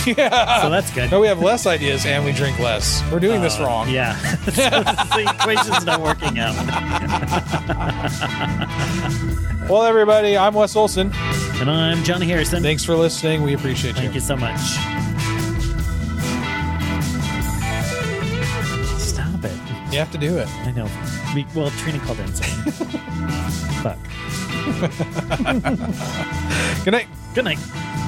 B: yeah,
A: So that's good.
B: no, we have less ideas and we drink less. We're doing this
A: Uh,
B: wrong.
A: Yeah. [LAUGHS] so the equation's not working out.
B: Well, everybody, I'm Wes Olson.
A: And I'm Johnny Harrison.
B: Thanks for listening. We appreciate you.
A: Thank you so much. Stop it.
B: You have to do it.
A: I know. We, well, Trina called in. So. Fuck.
B: Good night.
A: Good night.